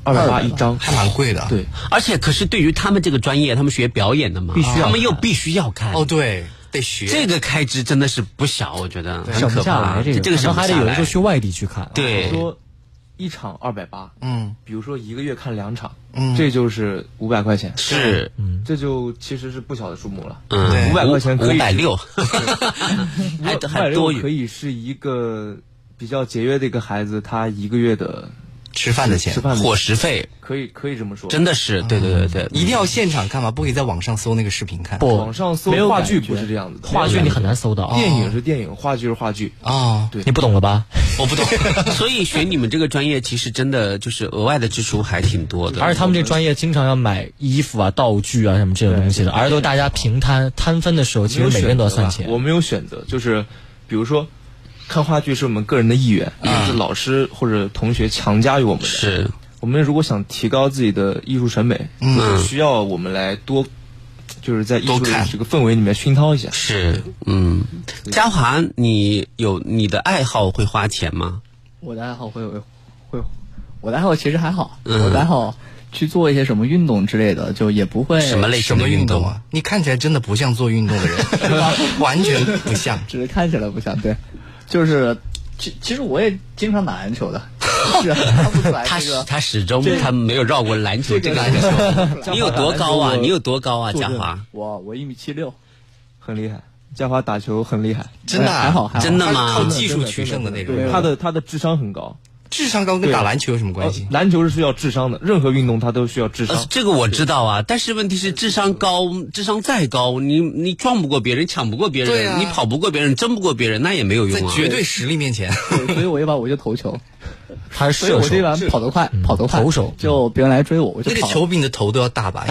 Speaker 7: 二百八一张，
Speaker 5: 还蛮贵的。，
Speaker 7: 对，
Speaker 4: 而且可是对于他们这个专业，他们学表演的嘛，必须他们又必须要看。
Speaker 5: 哦，对，得学。
Speaker 4: 这个开支真的是不小，我觉得很
Speaker 6: 省
Speaker 4: 可
Speaker 6: 不下
Speaker 4: 怕。
Speaker 6: 来这
Speaker 4: 这个
Speaker 6: 个，可
Speaker 4: 省
Speaker 6: 能
Speaker 4: 不
Speaker 6: 还得
Speaker 4: 下
Speaker 6: 有人
Speaker 4: 来
Speaker 6: 就去外地去看。，啊
Speaker 4: 对
Speaker 7: 说一场二百八，
Speaker 5: 嗯，
Speaker 7: 比如说一个月看两场，
Speaker 5: 嗯
Speaker 7: 这就是五百块钱，
Speaker 4: 是
Speaker 7: 这就其实是不小的数目了。
Speaker 4: 嗯
Speaker 5: 对
Speaker 7: 五百块钱可
Speaker 4: 五
Speaker 7: 以，
Speaker 4: 百六，还
Speaker 7: 560
Speaker 4: 还多
Speaker 7: 可
Speaker 4: 余。
Speaker 7: 以是一个比较节约的一个孩子，他一个月的
Speaker 5: 吃饭的钱
Speaker 7: 吃饭的
Speaker 4: 伙食费
Speaker 7: 可以可以这么说，
Speaker 4: 真的是，对对对对，
Speaker 5: 一定要现场看吧，不可以在网上搜那个视频看。
Speaker 6: 不
Speaker 7: 网上搜
Speaker 6: 没有
Speaker 7: 话
Speaker 6: 感
Speaker 7: 剧
Speaker 6: 觉
Speaker 7: 不是这样子的，
Speaker 6: 话剧你很啊难搜到，哦
Speaker 7: 电影是电影，话剧是话剧，
Speaker 5: 哦，
Speaker 7: 对
Speaker 6: 你不懂了吧？
Speaker 4: 我不懂，所以学你们这个专业，其实真的就是额外的支出还挺多的。
Speaker 6: 而且他们这专业经常要买衣服啊、道具啊什么这种东西的，而且都大家平摊摊分的时候，其
Speaker 7: 没
Speaker 6: 实
Speaker 7: 有
Speaker 6: 每个人都要
Speaker 7: 选择
Speaker 6: 算
Speaker 7: 吧
Speaker 6: 钱。
Speaker 7: 我没有选择，就是比如说看话剧是我们个人的意愿，
Speaker 6: 啊
Speaker 7: 是老师或者同学强加于我们的。
Speaker 4: 是
Speaker 7: 我们如果想提高自己的艺术审美，
Speaker 6: 嗯
Speaker 7: 需要我们来多，就是在艺术
Speaker 5: 多看
Speaker 7: 的这个氛围里面熏陶一下。
Speaker 4: 是，嗯，嘉华，你有你的爱好会花钱吗？
Speaker 8: 我的爱好会有会，我的爱好其实还好，
Speaker 6: 嗯
Speaker 8: 我的爱好去做一些什么运动之类的，就也不会
Speaker 4: 什么类型
Speaker 5: 什
Speaker 4: 的
Speaker 5: 么运
Speaker 4: 动
Speaker 5: 动？啊？你看起来真的不像做运动的人，完全不像。
Speaker 8: 只是看起来不像对，就是其其实我也经常打篮球的，是看不出来
Speaker 4: 他
Speaker 8: 哎这个。
Speaker 4: 他始终他没有绕过篮球这个篮球。你有多高啊？你有多高啊，
Speaker 8: 坐
Speaker 4: 嘉
Speaker 8: 镇
Speaker 4: 华？
Speaker 8: 我我一米七六，
Speaker 7: 很厉害。嘉华打球很厉害，
Speaker 5: 真的啊
Speaker 8: 还好还好。
Speaker 4: 真的吗啊
Speaker 5: 靠？技术取胜的那种。
Speaker 7: 他的他的智商很高。
Speaker 5: 智商高跟打篮球有什么关系
Speaker 7: 呃？篮球是需要智商的，任何运动它都需要智商
Speaker 4: 呃，。这个我知道啊，但是问题是智商高，智商再高，你你撞不过别人，抢不过别
Speaker 5: 对
Speaker 4: 人，
Speaker 5: 啊
Speaker 4: 你跑不过别人，争不过别人，那也没有用
Speaker 5: 在
Speaker 4: 啊。
Speaker 5: 绝对实力面前，
Speaker 8: 对所以我一把我就投球，
Speaker 6: 他是
Speaker 8: 所以
Speaker 6: 射
Speaker 8: 我这一
Speaker 6: 手，
Speaker 8: 把跑得快，跑得快，
Speaker 6: 投手
Speaker 8: 就别人来追我，我就
Speaker 5: 那个
Speaker 8: 跑。
Speaker 5: 球比你的头都要大吧？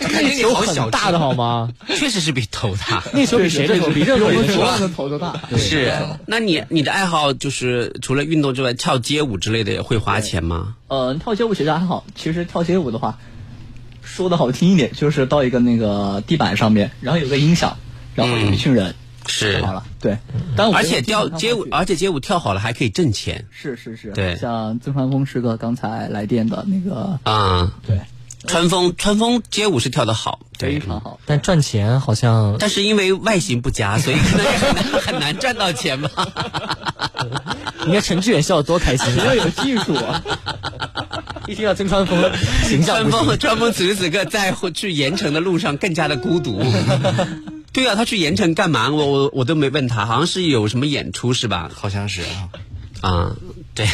Speaker 5: 应该感觉你好小
Speaker 6: 很
Speaker 5: 只
Speaker 6: 大的好吗？
Speaker 4: 确实是比头大。
Speaker 6: 那球比谁的球比任何人
Speaker 8: 球
Speaker 6: 球
Speaker 8: 的投的大。
Speaker 4: 是，那你你的爱好就是除了运动之外，跳街舞之类的也会花钱吗？
Speaker 8: 呃，跳街舞其实还好。其实跳街舞的话，说的好听一点，就是到一个那个地板上面，然后有个音响，然后有一群
Speaker 6: 嗯
Speaker 8: 人，
Speaker 4: 是
Speaker 8: 就好了。对，但我
Speaker 4: 哦而
Speaker 8: 觉
Speaker 4: 且
Speaker 8: 得基本
Speaker 4: 跳
Speaker 8: 上
Speaker 4: 街舞
Speaker 8: 上，去
Speaker 4: 而且街舞跳好了还可以挣钱
Speaker 8: 是是是，
Speaker 4: 对
Speaker 8: 像曾传峰师哥刚才来电的那个，
Speaker 4: 啊。
Speaker 8: 对，
Speaker 4: 川风川风街舞是跳得好，
Speaker 8: 非
Speaker 4: 对。
Speaker 8: 常好。
Speaker 6: 但赚钱好像
Speaker 4: 但是因为外形不佳，所以可能也很难 很难赚到钱 吧。
Speaker 6: 你看陈志远笑得多开心
Speaker 8: 只要
Speaker 6: 啊！
Speaker 8: 有技术啊，
Speaker 6: 一听到曾川峰形象
Speaker 4: 川
Speaker 6: 不行，
Speaker 4: 风川风此时此刻在去盐城的路上更加的孤独。 对啊，他去盐城干嘛？我我我都没问他，好像是有什么演出是吧？
Speaker 5: 好像是啊。
Speaker 4: 啊，对，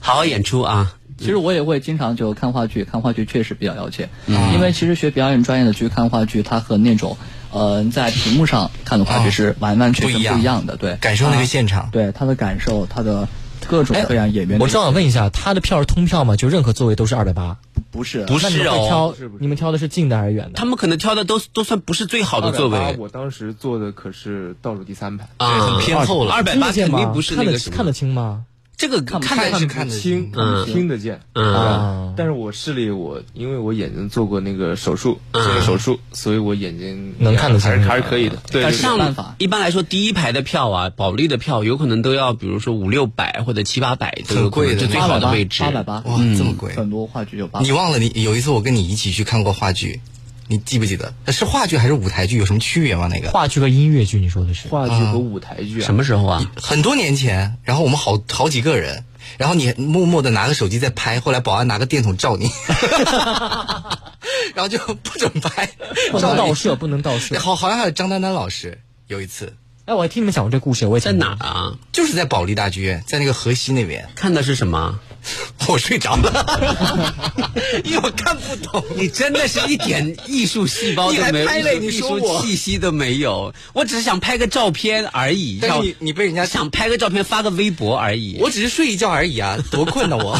Speaker 4: 好好演出啊。
Speaker 8: 其实我也会经常就看话剧，看话剧确实比较了解，
Speaker 5: 嗯
Speaker 8: 因为其实学表演专业的去看话剧，它和那种，呃，在屏幕上看的话剧是完完全
Speaker 5: 哦不
Speaker 8: 全
Speaker 5: 一样
Speaker 8: 不一样的，对，
Speaker 5: 感受那个现场哎
Speaker 8: 啊对他的感受，他的各种各样演员的，
Speaker 6: 我正想问一下，他的票是通票吗？就任何座位都是二百八？
Speaker 8: 不是
Speaker 4: 不
Speaker 6: 那你
Speaker 4: 是
Speaker 6: 们会
Speaker 4: 哦，
Speaker 6: 挑你们挑的是近的还是远的？
Speaker 4: 他们可能挑的都都算不是最好的座位
Speaker 7: 280我当时坐的可是倒数第三排，
Speaker 4: 啊，
Speaker 5: 很偏后了
Speaker 4: 二百
Speaker 6: 听
Speaker 4: 八
Speaker 6: 得见
Speaker 4: 肯
Speaker 6: 吗
Speaker 4: 定不是那
Speaker 6: 看
Speaker 4: 个
Speaker 6: 得
Speaker 4: 什么
Speaker 6: 看得清吗？
Speaker 4: 这个
Speaker 8: 看不
Speaker 4: 看
Speaker 5: 看
Speaker 4: 得
Speaker 5: 是看得
Speaker 7: 听
Speaker 5: 清，
Speaker 4: 嗯
Speaker 7: 听得见，嗯
Speaker 6: 啊
Speaker 7: 但是我视力我因为我眼睛做过那个手术，做了手术，所以我眼睛
Speaker 6: 能看得清
Speaker 7: 还是还是可以的。对，
Speaker 8: 但
Speaker 7: 对
Speaker 8: 是
Speaker 4: 上
Speaker 8: 没办法
Speaker 4: 一般来说，第一排的票啊，保利的票有可能都要，比如说五六百或者七八百，都有
Speaker 5: 很贵的
Speaker 4: 可能是最
Speaker 8: 八
Speaker 4: 好
Speaker 8: 百
Speaker 4: 的
Speaker 8: 八
Speaker 4: 位置。
Speaker 8: 八百八，嗯
Speaker 5: 哇，这么贵！
Speaker 8: 很多话剧有八百
Speaker 5: 你。忘了你有一次我跟你一起去看过话剧，你记不记得？是话剧还是舞台剧？有什么区别吗？那个
Speaker 6: 话剧和音乐剧，你说的是？
Speaker 7: 话剧和舞台剧啊，
Speaker 4: 什么时候啊？
Speaker 5: 很多年前，然后我们好好几个人，然后你默默的拿个手机在拍，后来保安拿个电筒照你， 然后就不准拍，
Speaker 6: 不
Speaker 5: 照
Speaker 6: 能
Speaker 5: 你
Speaker 6: 倒射，不能倒射。
Speaker 5: 好，好像还有张丹丹老师有一次，
Speaker 6: 哎，我还听你们讲过这故事，我也
Speaker 4: 在
Speaker 6: 听过
Speaker 4: 哪儿啊？
Speaker 5: 就是在保利大剧院，在那个河西那边，
Speaker 4: 看的是什么？
Speaker 5: 我睡着了，因为我哎看不懂。
Speaker 4: 你真的是一点艺术细胞都没
Speaker 5: 你还拍嘞
Speaker 4: 有，
Speaker 5: 你
Speaker 4: 艺
Speaker 5: 说
Speaker 4: 术
Speaker 5: 我
Speaker 4: 气息都没有。我只是想拍个照片而已，
Speaker 5: 但是
Speaker 4: 要
Speaker 5: 你你被人家
Speaker 4: 想拍个照片发个微博而已。
Speaker 5: 我只是睡一觉而已啊，多困呐我。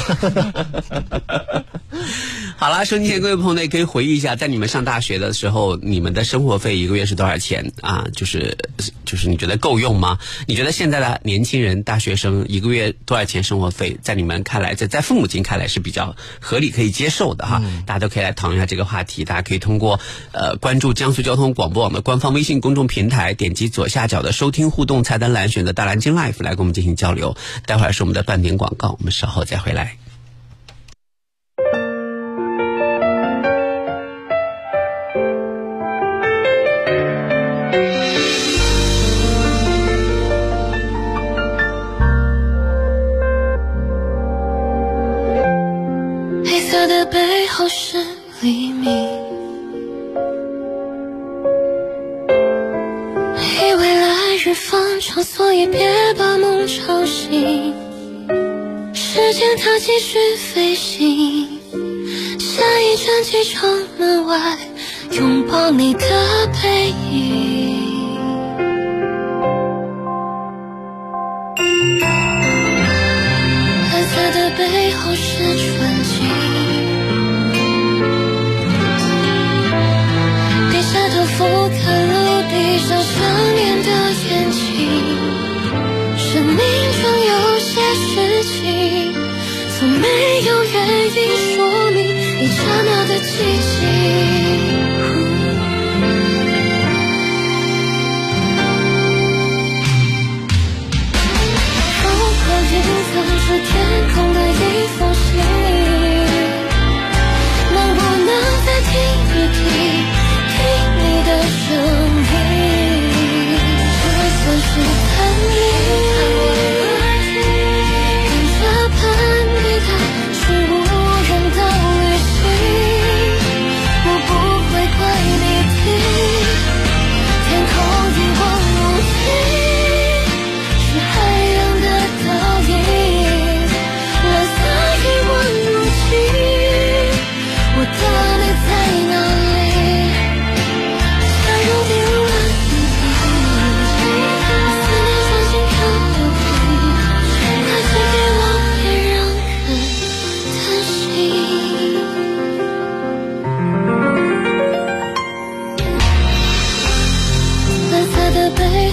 Speaker 4: 好啦，收听前各位朋友呢，也可以回忆一下，在你们上大学的时候，你们的生活费一个月是多少钱啊？就是就是，你觉得够用吗？你觉得现在的年轻人、大学生一个月多少钱生活费，在你们看来，在在父母亲看来是比较合理、可以接受的哈？大家都可以来讨论一下这个话题。大家可以通过呃关注江苏交通广播网的官方微信公众平台，点击左下角的收听互动菜单栏，选择大蓝鲸 Life 来跟我们进行交流。待会儿是我们的半点广告，我们稍后再回来。
Speaker 2: 黑色的背后是黎明。以为来日方长，所以别把梦吵醒。时间它继续飞行，下一站机场门外，拥抱你的背影。蓝色的背后是纯净。低下头俯瞰陆地上想念的眼睛，生命中有些事情，从没有原因说明，一刹那的寂静。如何隐藏住天空的一封信？能不能再听一听，听你的声音？这算是探秘。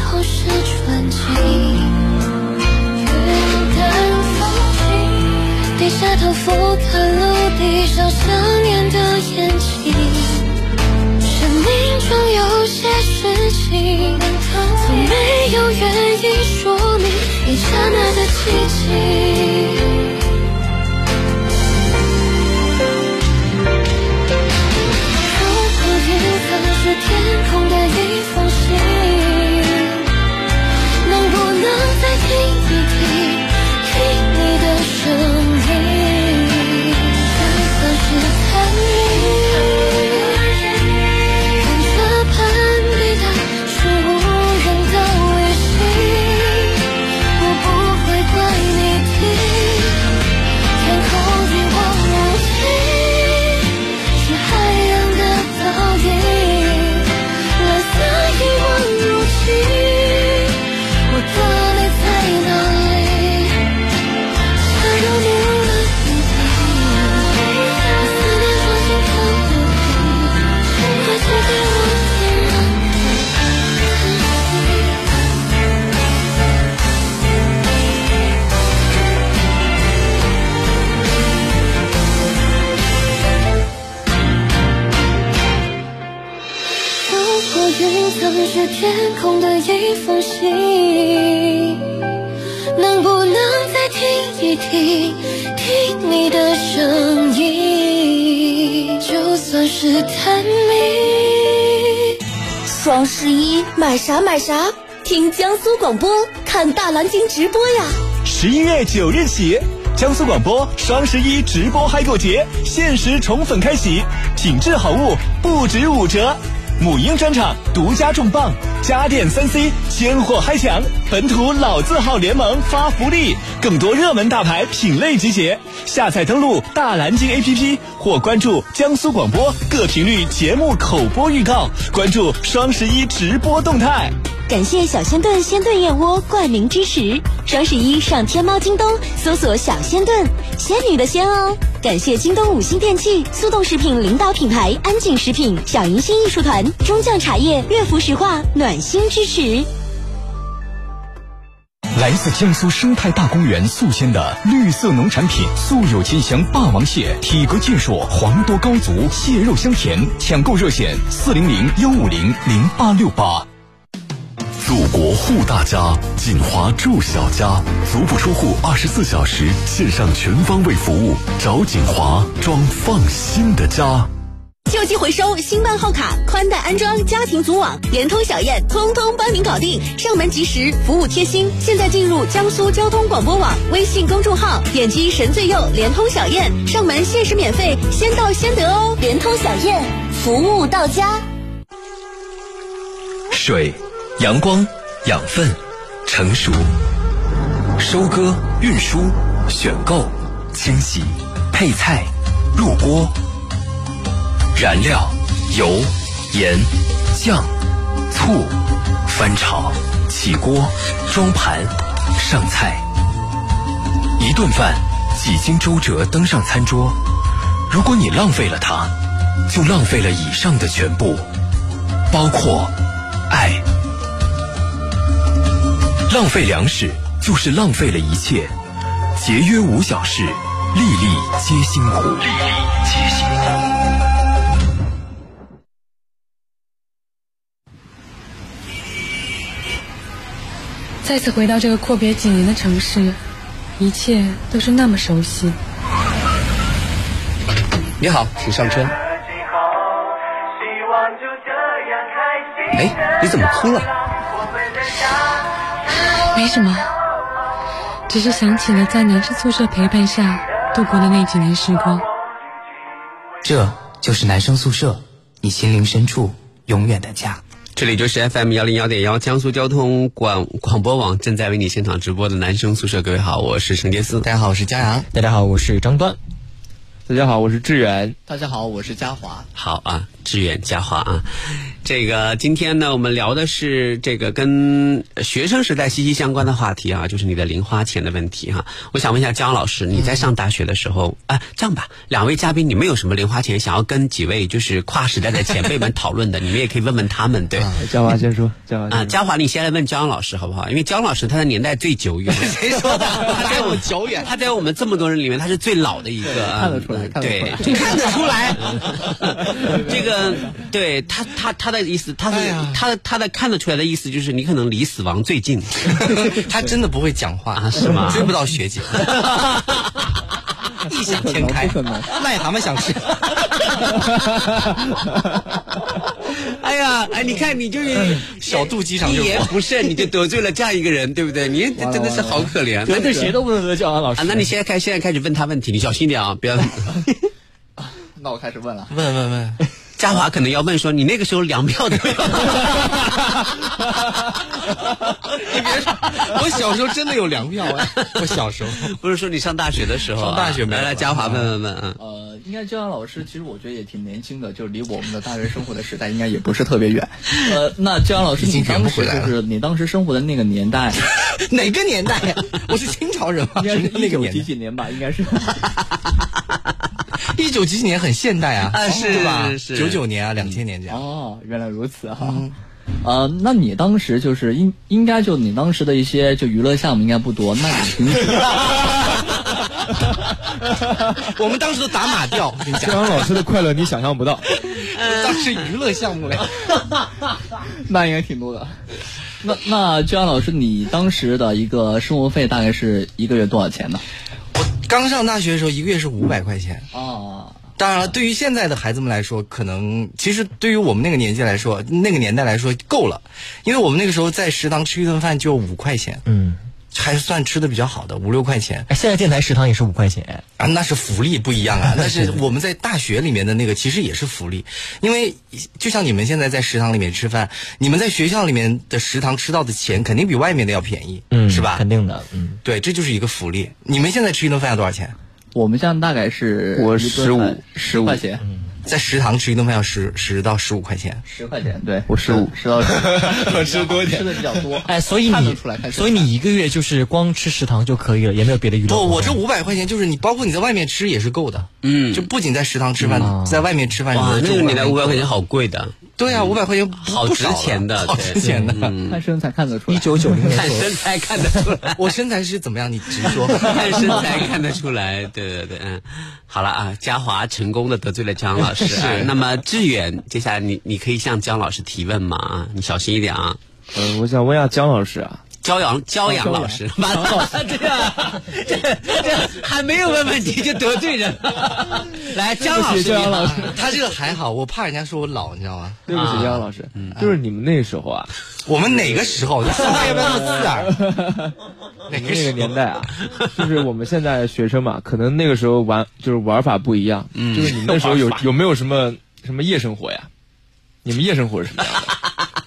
Speaker 2: 后是传奇。云淡风轻，低下头俯瞰陆地上想念的眼睛。生命中有些事情，从没有原因说明，一刹那的奇迹。如果云层是天空的一封信，能不能再听一听，听你的声音？云层是残云，看着攀比的是无人的微信，我不会怪你听。天空一望无际，是海洋的倒影，蓝色一望无际，我的泪在哪里？假如你入了眼底，思念装进口袋里，快寄给我点安慰。如果云层是天空的一封信，能不能再听一听，听你的声音？就算是探秘。
Speaker 9: 双十一买啥买啥，听江苏广播，看大蓝鲸直播呀！
Speaker 10: 十一月九日起，江苏广播双十一直播嗨购节限时宠粉开启，品质好物不止五折。母婴专场独家重磅，家电三 C 尖货嗨抢，本土老字号联盟发福利，更多热门大牌品类集结。下载登录大蓝鲸 APP 或关注江苏广播各频率节目口播预告，关注双十一直播动态。
Speaker 9: 感谢小鲜炖鲜炖燕窝冠名支持。双十一上天猫、京东搜索“小鲜炖”，仙女的仙哦。感谢京东五星电器、速冻食品领导品牌安井食品、小银星艺术团、中酱茶叶、乐福石化暖心支持。
Speaker 10: 来自江苏生态大公园宿迁的绿色农产品，素有“金香霸王蟹”，体格健硕，黄多高足，蟹肉香甜。抢购热线：四零零幺五零零八六八。
Speaker 3: 祖国护大家，锦华住小家，足不出户，二十四小时线上全方位服务，找锦华装放心的家。
Speaker 9: 旧机回收，新办号卡，宽带安装，家庭组网，联通小燕，通通帮您搞定。上门及时，服务贴心。现在进入江苏交通广播网微信公众号，点击神最右联通小燕，上门限时免费，先到先得哦。联通小燕，服务到家。
Speaker 10: 水、阳光、养分、成熟、收割、运输、选购、清洗、配菜、入锅、燃料、油、盐、酱、醋、翻炒、起锅、装盘、上菜。一顿饭几经周折登上餐桌，如果你浪费了它，就浪费了以上的全部，包括爱。浪费粮食就是浪费了一切，节约无小事，粒粒皆辛苦。粒粒皆辛苦。
Speaker 11: 再次回到这个阔别几年的城市，一切都是那么熟悉。
Speaker 5: 你好，请上车。哎，你怎么哭了？
Speaker 11: 没什么，只是想起了在男生宿舍陪伴下度过的那几年时光。
Speaker 5: 这就是男生宿舍，你心灵深处永远的家。
Speaker 4: 这里就是 FM 幺零幺点幺江苏交通广广播网正在为你现场直播的男生宿舍，各位好，我是陈杰斯。
Speaker 5: 大家好，我是佳阳。
Speaker 6: 大家好，我是张端。
Speaker 7: 大家好，我是志远。
Speaker 8: 大家好，我是嘉华。
Speaker 4: 好啊，志远嘉华啊，这个今天呢，我们聊的是这个跟学生时代息息相关的话题啊，就是你的零花钱的问题哈、我想问一下姜老师，你在上大学的时候，啊、这样吧，两位嘉宾，你们有什么零花钱想要跟几位就是跨时代的前辈们讨论的？你们也可以问问他们，对。
Speaker 7: 哎嘉华先说，嘉华
Speaker 4: 啊，嘉华，你先来问姜老师好不好？因为姜老师他的年代最久 远，谁说的？他在我久远，他在我们这么多人里面，他是最老的一个。 看得出来，对， 这看得出来。 这个对他，他他的意思，他是他他的看得出来的意思就是你可能离死亡最 近。
Speaker 5: 他真的不会讲话
Speaker 4: 啊？是吗？
Speaker 5: 追不到 学姐，异想天开，癞蛤蟆想吃。
Speaker 4: 哎呀，哎，你看你就是
Speaker 5: 小肚鸡肠
Speaker 4: 一
Speaker 5: 就
Speaker 4: 言
Speaker 5: 火
Speaker 4: 不慎你就得罪了这样一个人，对不对？你真的是好可怜。
Speaker 6: 得罪谁都不能得罪安老师。
Speaker 4: 啊，那你现在开现在开始问他问题，你小心点啊，不 要。
Speaker 8: 那我开始问了。
Speaker 5: 问问问，
Speaker 4: 嘉华可能要问说，你那个时候粮票怎么样？
Speaker 5: 你别说，我小时候真的有粮票 啊！我小时候，
Speaker 4: 不是说你上大学的时候啊、
Speaker 5: 上大学没有
Speaker 4: 来来，嘉华问问问啊。
Speaker 8: 呃，应该姜老师，其实我觉得也挺年轻的，就离我们的大学生活的时代应该也不是特别远。呃，那姜老师，
Speaker 5: 已经
Speaker 8: 你
Speaker 5: 圆不
Speaker 8: 当
Speaker 5: 回
Speaker 8: 时
Speaker 5: 来了
Speaker 8: 就是你当时生活的那个年 代，
Speaker 5: 哪个年代呀？我是清朝人 吗？
Speaker 8: 应该是
Speaker 5: 是那
Speaker 8: 一
Speaker 5: 个
Speaker 8: 九
Speaker 5: 年
Speaker 8: 几
Speaker 5: 代，
Speaker 8: 几年吧？应该是。
Speaker 5: 一九几几年很现代啊，
Speaker 4: 啊是
Speaker 5: 吧？
Speaker 4: 是
Speaker 5: 九九年啊，两千年这 样。
Speaker 8: 哦，原来如此哈、
Speaker 6: 嗯
Speaker 8: 呃，那你当时就是应应该就你当时的一些就娱乐项目应该不多，那你平时
Speaker 5: 我们当时都打马吊，我 跟你
Speaker 7: 姜
Speaker 5: 讲，
Speaker 7: 老师的快乐你想象不到，
Speaker 5: 当时娱乐项 目嘞。
Speaker 8: 那应该挺多的。那那姜老师，你当时的一个生活费大概是一个月多少钱呢？
Speaker 5: 我刚上大学的时候，一个月是五百块钱。
Speaker 8: 哦，
Speaker 5: 当然了，对于现在的孩子们来说，可能其实对于我们那个年纪来说，那个年代来说够了，因为我们那个时候在食堂吃一顿饭就五块钱，
Speaker 6: 嗯，
Speaker 5: 还算吃的比较好的，五六块钱
Speaker 6: 哎，现在电台食堂也是五块钱，
Speaker 5: 啊，那是福利不一样啊。但是我们在大学里面的那个其实也是福利，因为就像你们现在在食堂里面吃饭，你们在学校里面的食堂吃到的钱肯定比外面的要便宜，
Speaker 6: 嗯，
Speaker 5: 是吧？
Speaker 6: 肯定的，嗯。
Speaker 5: 对，这就是一个福利。你们现在吃一顿饭要多少钱？
Speaker 8: 我们现在大概是
Speaker 7: 我
Speaker 8: 一顿饭
Speaker 7: 15
Speaker 8: 块钱，
Speaker 6: 嗯
Speaker 5: 在食堂吃一顿饭要十十到十五块钱。
Speaker 8: 十块钱，对
Speaker 7: 我15
Speaker 8: 十到 十，我吃
Speaker 7: 多一点
Speaker 8: 吃的比较多。
Speaker 6: 哎，所以
Speaker 8: 看得
Speaker 6: 你
Speaker 8: 出来，看得出
Speaker 6: 所
Speaker 8: 来
Speaker 6: 以你一个月就是光吃食堂就可以了，也没有别的娱乐活
Speaker 5: 不，
Speaker 6: 动。
Speaker 5: 我这五百块钱就是你，包括你在外面吃也是够的。嗯，就不仅在食堂吃饭，在外面吃饭什
Speaker 4: 嗯
Speaker 5: 么
Speaker 4: 哇
Speaker 5: 的，，
Speaker 4: 那
Speaker 5: 这
Speaker 4: 个年代五
Speaker 5: 500
Speaker 4: 百块钱好贵的，
Speaker 5: 对啊，五百块钱不
Speaker 4: 嗯好
Speaker 5: 不
Speaker 4: 值
Speaker 5: 少了
Speaker 4: 钱的，嗯
Speaker 5: 好
Speaker 4: 对
Speaker 5: 值钱的。
Speaker 8: 看身材看得出来。
Speaker 6: 一九九零年
Speaker 4: 看
Speaker 6: 左右，
Speaker 4: 身材看得出来，
Speaker 5: 我身材是怎么样？你直说。
Speaker 4: 看身材看得出来，对对对，嗯，好了啊，嘉华成功的得罪了姜老师， 啊那么志远，接下来你你可以向姜老师提问吗？啊，你小心一点啊。
Speaker 7: 呃，我想问一下姜老师啊，
Speaker 4: 骄阳骄阳老师， 完了，这样这这还没有问问题就得罪人了。来，姜老师，
Speaker 7: 骄阳
Speaker 4: 你好
Speaker 7: 老师
Speaker 5: 他这个还好，我怕人家说我老，你知道吗？
Speaker 7: 对不起姜老师，就是你们那时候啊，
Speaker 5: 我们哪个时候？你说话要不要那么刺耳？哪个
Speaker 7: 那个
Speaker 5: 时候？
Speaker 7: 年代啊，就是我们现在学生嘛， 可能那个时候玩就是玩法不一样。就是你们那时候有有没有什么什么夜生活呀？你们夜生活是什么样的？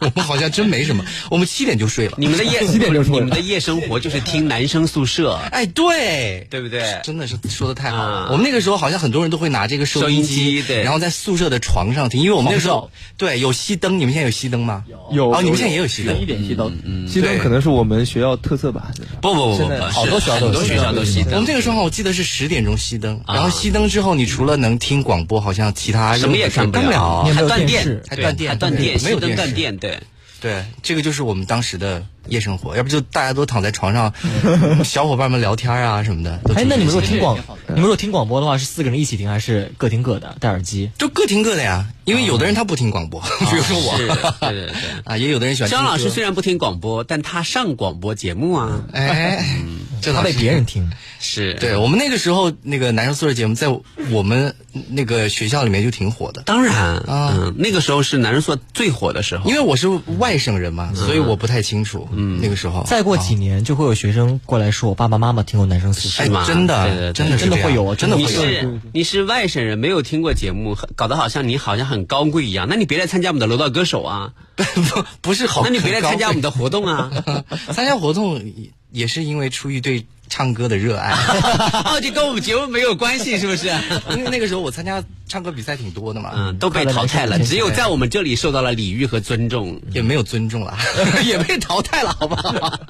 Speaker 5: 我们好像真没什么，我们七点就睡了。
Speaker 4: 你们的夜
Speaker 7: 几点就出
Speaker 4: 你
Speaker 7: 来
Speaker 4: 们的夜生活就是听男生宿舍，
Speaker 5: 哎，对。
Speaker 4: 对不对？
Speaker 5: 真的是说的太好了、
Speaker 4: 啊
Speaker 5: 我们那个时候好像很多人都会拿这个收音
Speaker 4: 收音机对
Speaker 5: 然后在宿舍的床上听，因为我们那时候对有熄灯，你们现在有熄灯吗？
Speaker 7: 有
Speaker 5: 哦，你们现在也有熄
Speaker 8: 一
Speaker 5: 灯？
Speaker 8: 点戏都，嗯，
Speaker 7: 熄灯可能是我们学校特色吧。就是
Speaker 4: 不不不不不，好多学校都很多学校都熄
Speaker 5: 我们
Speaker 4: 灯，啊
Speaker 5: 这个时候我记得是十点钟熄灯，然后熄灯之后，你除了能听广播，好像其他
Speaker 4: 什么也
Speaker 5: 任何事
Speaker 4: 看
Speaker 5: 儿
Speaker 4: 不
Speaker 5: 干不啊
Speaker 4: 了，
Speaker 6: 也没
Speaker 4: 还
Speaker 6: 有
Speaker 4: 断
Speaker 6: 电
Speaker 4: 电
Speaker 6: 视，
Speaker 5: 还
Speaker 4: 对
Speaker 5: 断电
Speaker 4: 还断电，
Speaker 5: 没有
Speaker 4: 熄灯
Speaker 5: 电视
Speaker 4: 断电，对。
Speaker 5: 对，这个就是我们当时的夜生活，要不就大家都躺在床上，小伙伴们聊天啊什么的。都
Speaker 6: 哎，那你们如果听广
Speaker 8: 挺好的，
Speaker 6: 你们如果听广播的话，是四个人一起听，还是各听各的，戴耳机？
Speaker 5: 就各听各的呀，因为有的人他不听广播， 比如说
Speaker 4: 是
Speaker 5: 我，
Speaker 4: 对对对。
Speaker 5: 啊，也有的人喜欢听
Speaker 4: 姜
Speaker 5: 歌。
Speaker 4: 老师虽然不听广播，但他上广播节目啊，
Speaker 5: 哎，这
Speaker 6: 他
Speaker 5: 倒
Speaker 6: 被
Speaker 5: 是
Speaker 6: 别人听，
Speaker 4: 是
Speaker 5: 对我们那个时候，那个男生宿舍节目在我们那个学校里面就挺火的，
Speaker 4: 当然，
Speaker 5: 啊
Speaker 4: 嗯，那个时候是男人宿最火的时候，
Speaker 5: 因为我是外省人嘛，所以我不太清楚。那个时候
Speaker 6: 再过几年就会有学生过来说，我爸爸妈妈听过男生宿舍
Speaker 5: 哎。
Speaker 4: 吗
Speaker 5: 真
Speaker 4: 对对对
Speaker 5: 的真的是
Speaker 6: 真的
Speaker 5: 这样
Speaker 6: 会有真的
Speaker 4: 你
Speaker 6: 会有。
Speaker 4: 是你是外省人，没有听过节目，搞得好像你好像很高贵一样。那你别来参加我们的楼道歌手啊，
Speaker 5: 不不是好，
Speaker 4: 那你别来参加我们
Speaker 5: 的
Speaker 4: 的活动啊。
Speaker 5: 参加活动，也是因为出于对唱歌的热爱。
Speaker 4: 哦，这跟我们节目没有关系，是不是？
Speaker 5: 因为那个时候我参加唱歌比赛挺多的嘛，
Speaker 4: 嗯，都被淘汰了，只有在我们这里受到了礼遇和尊重，
Speaker 5: 也没有尊重了，
Speaker 4: 也被淘汰了，好不好？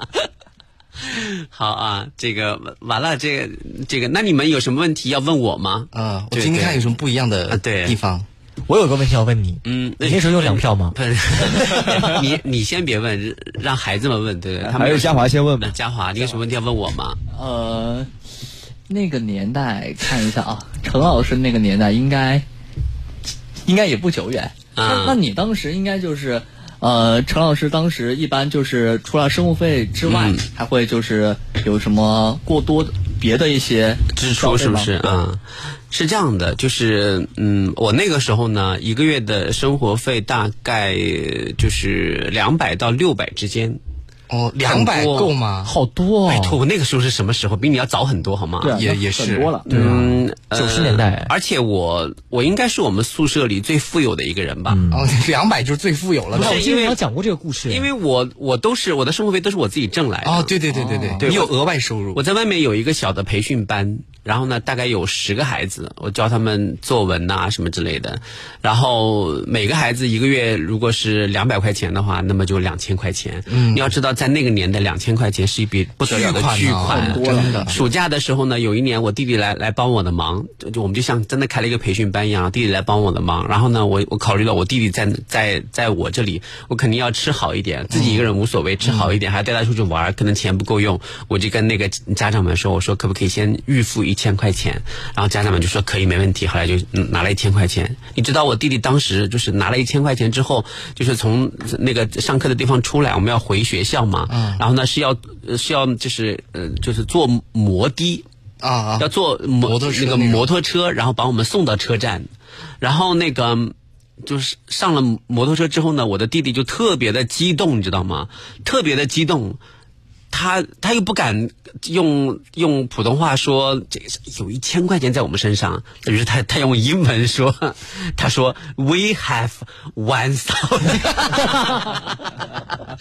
Speaker 4: 好啊，这个完了，这个这个，那你们有什么问题要问我吗？
Speaker 5: 啊，我今天看有什么不一样的
Speaker 4: 对
Speaker 5: 地方。
Speaker 6: 我有个问题要问你，嗯，你那时候用粮票吗？
Speaker 4: 不是， 你你先别问，让孩子们问，对不对？他们呃
Speaker 7: 还有嘉华先问吧。
Speaker 4: 嘉华，你有什么问题要问我吗？
Speaker 8: 呃，那个年代看一下啊， 陈老师那个年代应该应该也不久远。
Speaker 4: 啊
Speaker 8: 那那你当时应该就是呃，陈老师当时一般就是除了生活费之外，
Speaker 4: 嗯
Speaker 8: 还会就是有什么过多别的一些
Speaker 4: 支出是不是
Speaker 8: 消费吗？
Speaker 4: 啊、是这样的，就是嗯，我那个时候呢，一个月的生活费大概就是两百到六百之间。
Speaker 5: 哦，两百
Speaker 4: 很多
Speaker 5: 够吗？
Speaker 6: 好多
Speaker 4: 拜托，
Speaker 6: 哦，
Speaker 4: 我那个时候是什么时候？比你要早很多，好吗？
Speaker 8: 对啊，
Speaker 5: 也
Speaker 8: 那
Speaker 5: 也
Speaker 8: 很
Speaker 5: 是
Speaker 8: 多了。
Speaker 6: 对啊，
Speaker 4: 嗯，
Speaker 6: 九十年代
Speaker 4: 呃而且我我应该是我们宿舍里最富有的一个人吧。
Speaker 6: 嗯
Speaker 5: 哦， 两百就是最富有了
Speaker 6: 不
Speaker 4: 不是
Speaker 6: 是，我记得
Speaker 4: 因为
Speaker 6: 你要讲过这个故事，
Speaker 4: 因为我我都是我的生活费都是我自己挣来的。
Speaker 5: 哦，对对对对对，
Speaker 4: 对
Speaker 5: 你有
Speaker 4: 我
Speaker 5: 额外收入
Speaker 4: 我。在外面有一个小的培训班，然后呢，大概有十个孩子，我教他们作文呐、什么之类的。然后每个孩子一个月如果是两百块钱的话，那么就两千块钱。嗯，你要知道，在那个年代，两千块钱是一笔不得了的
Speaker 5: 巨
Speaker 4: 巨
Speaker 5: 款
Speaker 4: 款
Speaker 5: 啊
Speaker 4: 啊，
Speaker 5: 真的
Speaker 4: 暑假的时候呢，有一年我弟弟来来帮我的忙，就就我们就像真的开了一个培训班一样，弟弟来帮我的忙。然后呢，我我考虑到我弟弟在在在我这里，我肯定要吃好一点，自己一个人无所谓，吃好一点，还要带他出去玩儿，可能钱不够用，我就跟那个家长们说，我说可不可以先预付一千块钱？然后家长们就说可以，没问题。后来就嗯拿了一千块钱。你知道我弟弟当时就是拿了一千块钱之后，就是从那个上课的地方出来，我们要回学校嘛，然后呢是要呃是要就是呃就是坐摩的。
Speaker 5: 啊啊
Speaker 4: 要坐摩
Speaker 5: 摩托车
Speaker 4: 那个
Speaker 5: 那种
Speaker 4: 摩托车，然后把我们送到车站，然后那个嗯就是上了摩托车之后呢，我的弟弟就特别的激动，你知道吗？特别的激动。他他又不敢用用普通话说，这个有一千块钱在我们身上，于是他他用英文说， 他说 We have one thousand，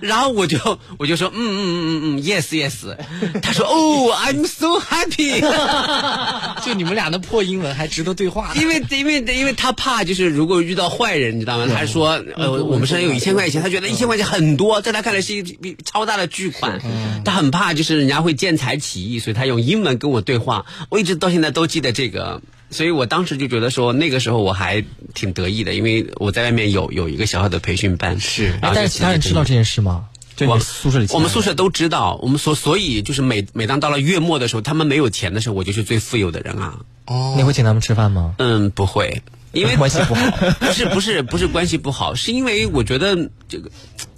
Speaker 4: 然后我就我就说嗯嗯嗯嗯嗯，yes yes，他 说哦、oh,，I'm so happy，
Speaker 5: 就你们俩那破英文还值得对话呢。
Speaker 4: 因为因为因为他怕就是如果遇到坏人，你知道吗？他说
Speaker 5: 嗯
Speaker 4: 呃我们身上有一千块钱，他觉得一千块钱很多，在他看来是一笔超大的巨款，
Speaker 5: 嗯
Speaker 4: 他很怕就是人家会见财起意，所以他用英文跟我对话，我一直到现在都记得这个。所以我当时就觉得说，那个时候我还挺得意的，因为我在外面有有一个小小的培训班，
Speaker 5: 是
Speaker 4: 然
Speaker 6: 哎
Speaker 4: 后
Speaker 6: 但
Speaker 4: 就是
Speaker 6: 其他人知道这件事吗？就你
Speaker 4: 我
Speaker 6: 们
Speaker 4: 们
Speaker 6: 宿舍里其他人，
Speaker 4: 我们宿舍都知道，我们所所以就是每每当到了月末的时候，他们没有钱的时候，我就是最富有的人啊。
Speaker 6: 你会请他们吃饭吗？
Speaker 4: 嗯，不会，因为
Speaker 6: 关系不好，
Speaker 4: 不是不是不是关系不好，是因为我觉得这个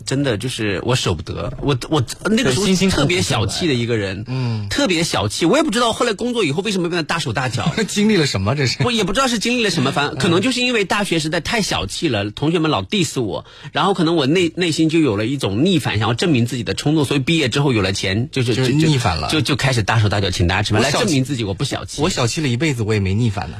Speaker 4: 真的就是我舍不得，我我那个时候
Speaker 6: 辛辛苦苦
Speaker 4: 特别小气的一个人，嗯，特别小气，我也不知道后来工作以后为什么变得大手大 脚。
Speaker 5: 经历了什么？这是
Speaker 4: 我也不知道是经历了什么，
Speaker 5: 嗯
Speaker 4: 反可能就是因为大学时代太小气了，同学们老 diss 我，然后可能我内内心就有了一种逆反，想要证明自己的冲动，所以毕业之后有了钱，就是
Speaker 5: 就是逆反了
Speaker 4: 就就开始大手大脚请大家吃饭，
Speaker 5: 我
Speaker 4: 来
Speaker 5: 小气
Speaker 4: 证明自己我不小气。
Speaker 5: 我小气了一辈子，我也没 逆反呢。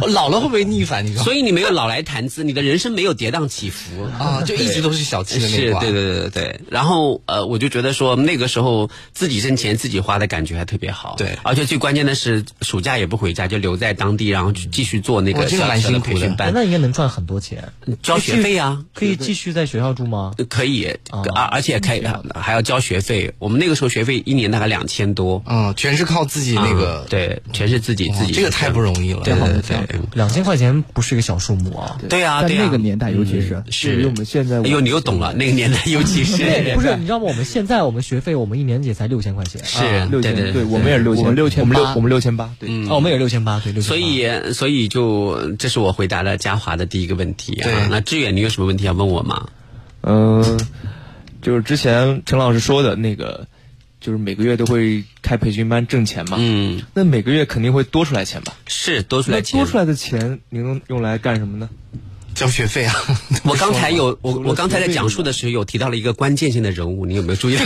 Speaker 5: 我老了会不会逆反？你说
Speaker 4: 所以你没有老来谈资，你的人生没有跌宕起伏
Speaker 5: 啊，就一直 都是小气的那一
Speaker 4: 是，
Speaker 5: 挂。
Speaker 4: 对对对对对。然后呃，我就觉得说那个时候自己挣钱自己花的感觉还特别好。
Speaker 5: 对
Speaker 4: 而且最关键的是暑假也不回家，就留在当地，然后去继续做那
Speaker 5: 哦
Speaker 4: 个
Speaker 5: 这个
Speaker 4: 小
Speaker 5: 蛮
Speaker 4: 小的
Speaker 5: 辛苦
Speaker 4: 培
Speaker 5: 的
Speaker 4: 训
Speaker 6: 哎
Speaker 4: 班，
Speaker 6: 那应该能赚很多钱，
Speaker 4: 交学费啊。
Speaker 6: 可以继续在学校住吗？
Speaker 4: 可以，
Speaker 6: 哦
Speaker 4: 而而且开还要交学费。我们那个时候学费一年大概两千多，
Speaker 5: 嗯，全是靠自己那个
Speaker 4: 嗯。对，全是自己
Speaker 5: 哇
Speaker 4: 自己。
Speaker 5: 这个太不容易了。
Speaker 4: 对对对对
Speaker 6: 两千块钱不是一个小数目啊。
Speaker 4: 对啊
Speaker 8: 在
Speaker 4: 对啊
Speaker 8: 那个年代，尤其是
Speaker 7: 对于我
Speaker 4: 是。
Speaker 7: 们现在我，
Speaker 4: 哎呦，你又懂了，那个年代尤其是
Speaker 6: 不是，你知道吗？我们现在我们学费，我们一年也才六千块钱，
Speaker 4: 是
Speaker 7: 啊六
Speaker 4: 对
Speaker 7: 千，
Speaker 4: 对
Speaker 7: 对我们也是六千，
Speaker 8: 我们6800
Speaker 7: 我们六我们六千八，对，
Speaker 6: 哦，我们也六千八，对，六千。
Speaker 4: 所以，所以就这是我回答了嘉华的第一个问题
Speaker 5: 对
Speaker 4: 啊。那志远，你有什么问题要问我吗？
Speaker 7: 嗯，就是之前陈老师说的那个，就是每个月都会开培训班挣钱嘛，
Speaker 4: 嗯，
Speaker 7: 那每个月肯定会多出来钱吧？
Speaker 4: 是多出
Speaker 7: 那
Speaker 4: 来钱
Speaker 7: 多。出来的钱您能用来干什么呢？
Speaker 5: 交学费啊！
Speaker 4: 我刚才有我
Speaker 7: 除了
Speaker 4: 我刚才在
Speaker 7: 学费
Speaker 4: 讲述的时候有提到了一个关键性的人物，你有没有注意到？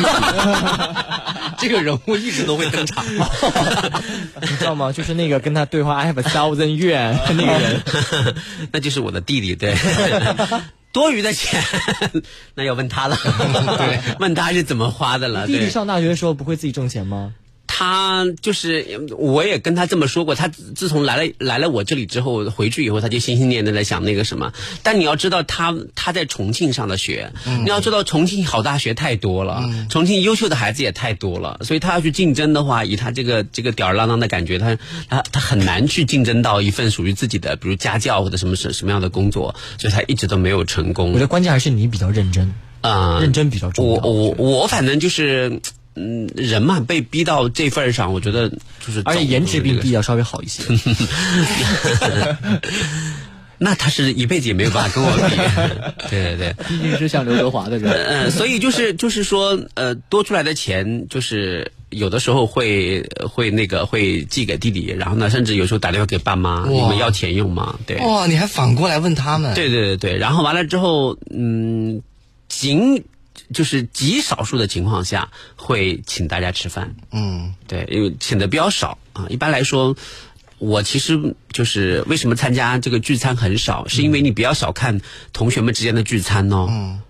Speaker 5: 这个人物一直都会登场。
Speaker 6: 你知道 吗？就是那个跟他
Speaker 4: 啊
Speaker 6: 对话 “I have a thousand yuan” 那个人，
Speaker 4: 那就是我的弟弟，对。多余的钱， 那要问他了， 问他是怎么花的了。
Speaker 6: 弟弟
Speaker 4: 对，
Speaker 6: 上大学的时候不会自己挣钱吗？
Speaker 4: 他就是，我也跟他这么说过。他自自从来了来了我这里之后，回去以后他就心心念念在想那个什么。但你要知道他，他在重庆上的学，
Speaker 6: 嗯
Speaker 4: 你要知道重庆好大学太多了，重庆优秀的孩子也太多了，所以他要去竞争的话，以他这个这个吊儿郎当的感觉，他他他很难去竞争到一份属于自己的，比如家教或者什么什什么样的工作，所以他一直都没有成功。
Speaker 6: 我觉得关键还是你比较认真，
Speaker 4: 啊、
Speaker 6: 认真比较重
Speaker 4: 我
Speaker 6: 要。
Speaker 4: 我我反正就是，嗯，人嘛，被逼到这份儿上，我觉得就是走不出这个事，
Speaker 6: 而且颜值比你弟要稍微好 一些。
Speaker 4: 那他是一辈子也没有办法跟我 比。对对对，
Speaker 8: 毕竟是像刘德华的人。
Speaker 4: 嗯，所以就是就是说，呃，多出来的钱就是。有的时候会会那个会寄给弟弟，然后呢，甚至有时候打电话给爸妈，
Speaker 5: 哇
Speaker 4: 你们要钱用吗？对，
Speaker 5: 哇，你还反过来问他们？
Speaker 4: 对对对对，然后完了之后，嗯，仅就是极少数的情况下会请大家吃饭，
Speaker 5: 嗯，
Speaker 4: 对，因为请的比较少啊。一般来说，我其实就是为什么参加这个聚餐很少，是因为你比较少看同学们之间的聚餐哦，嗯，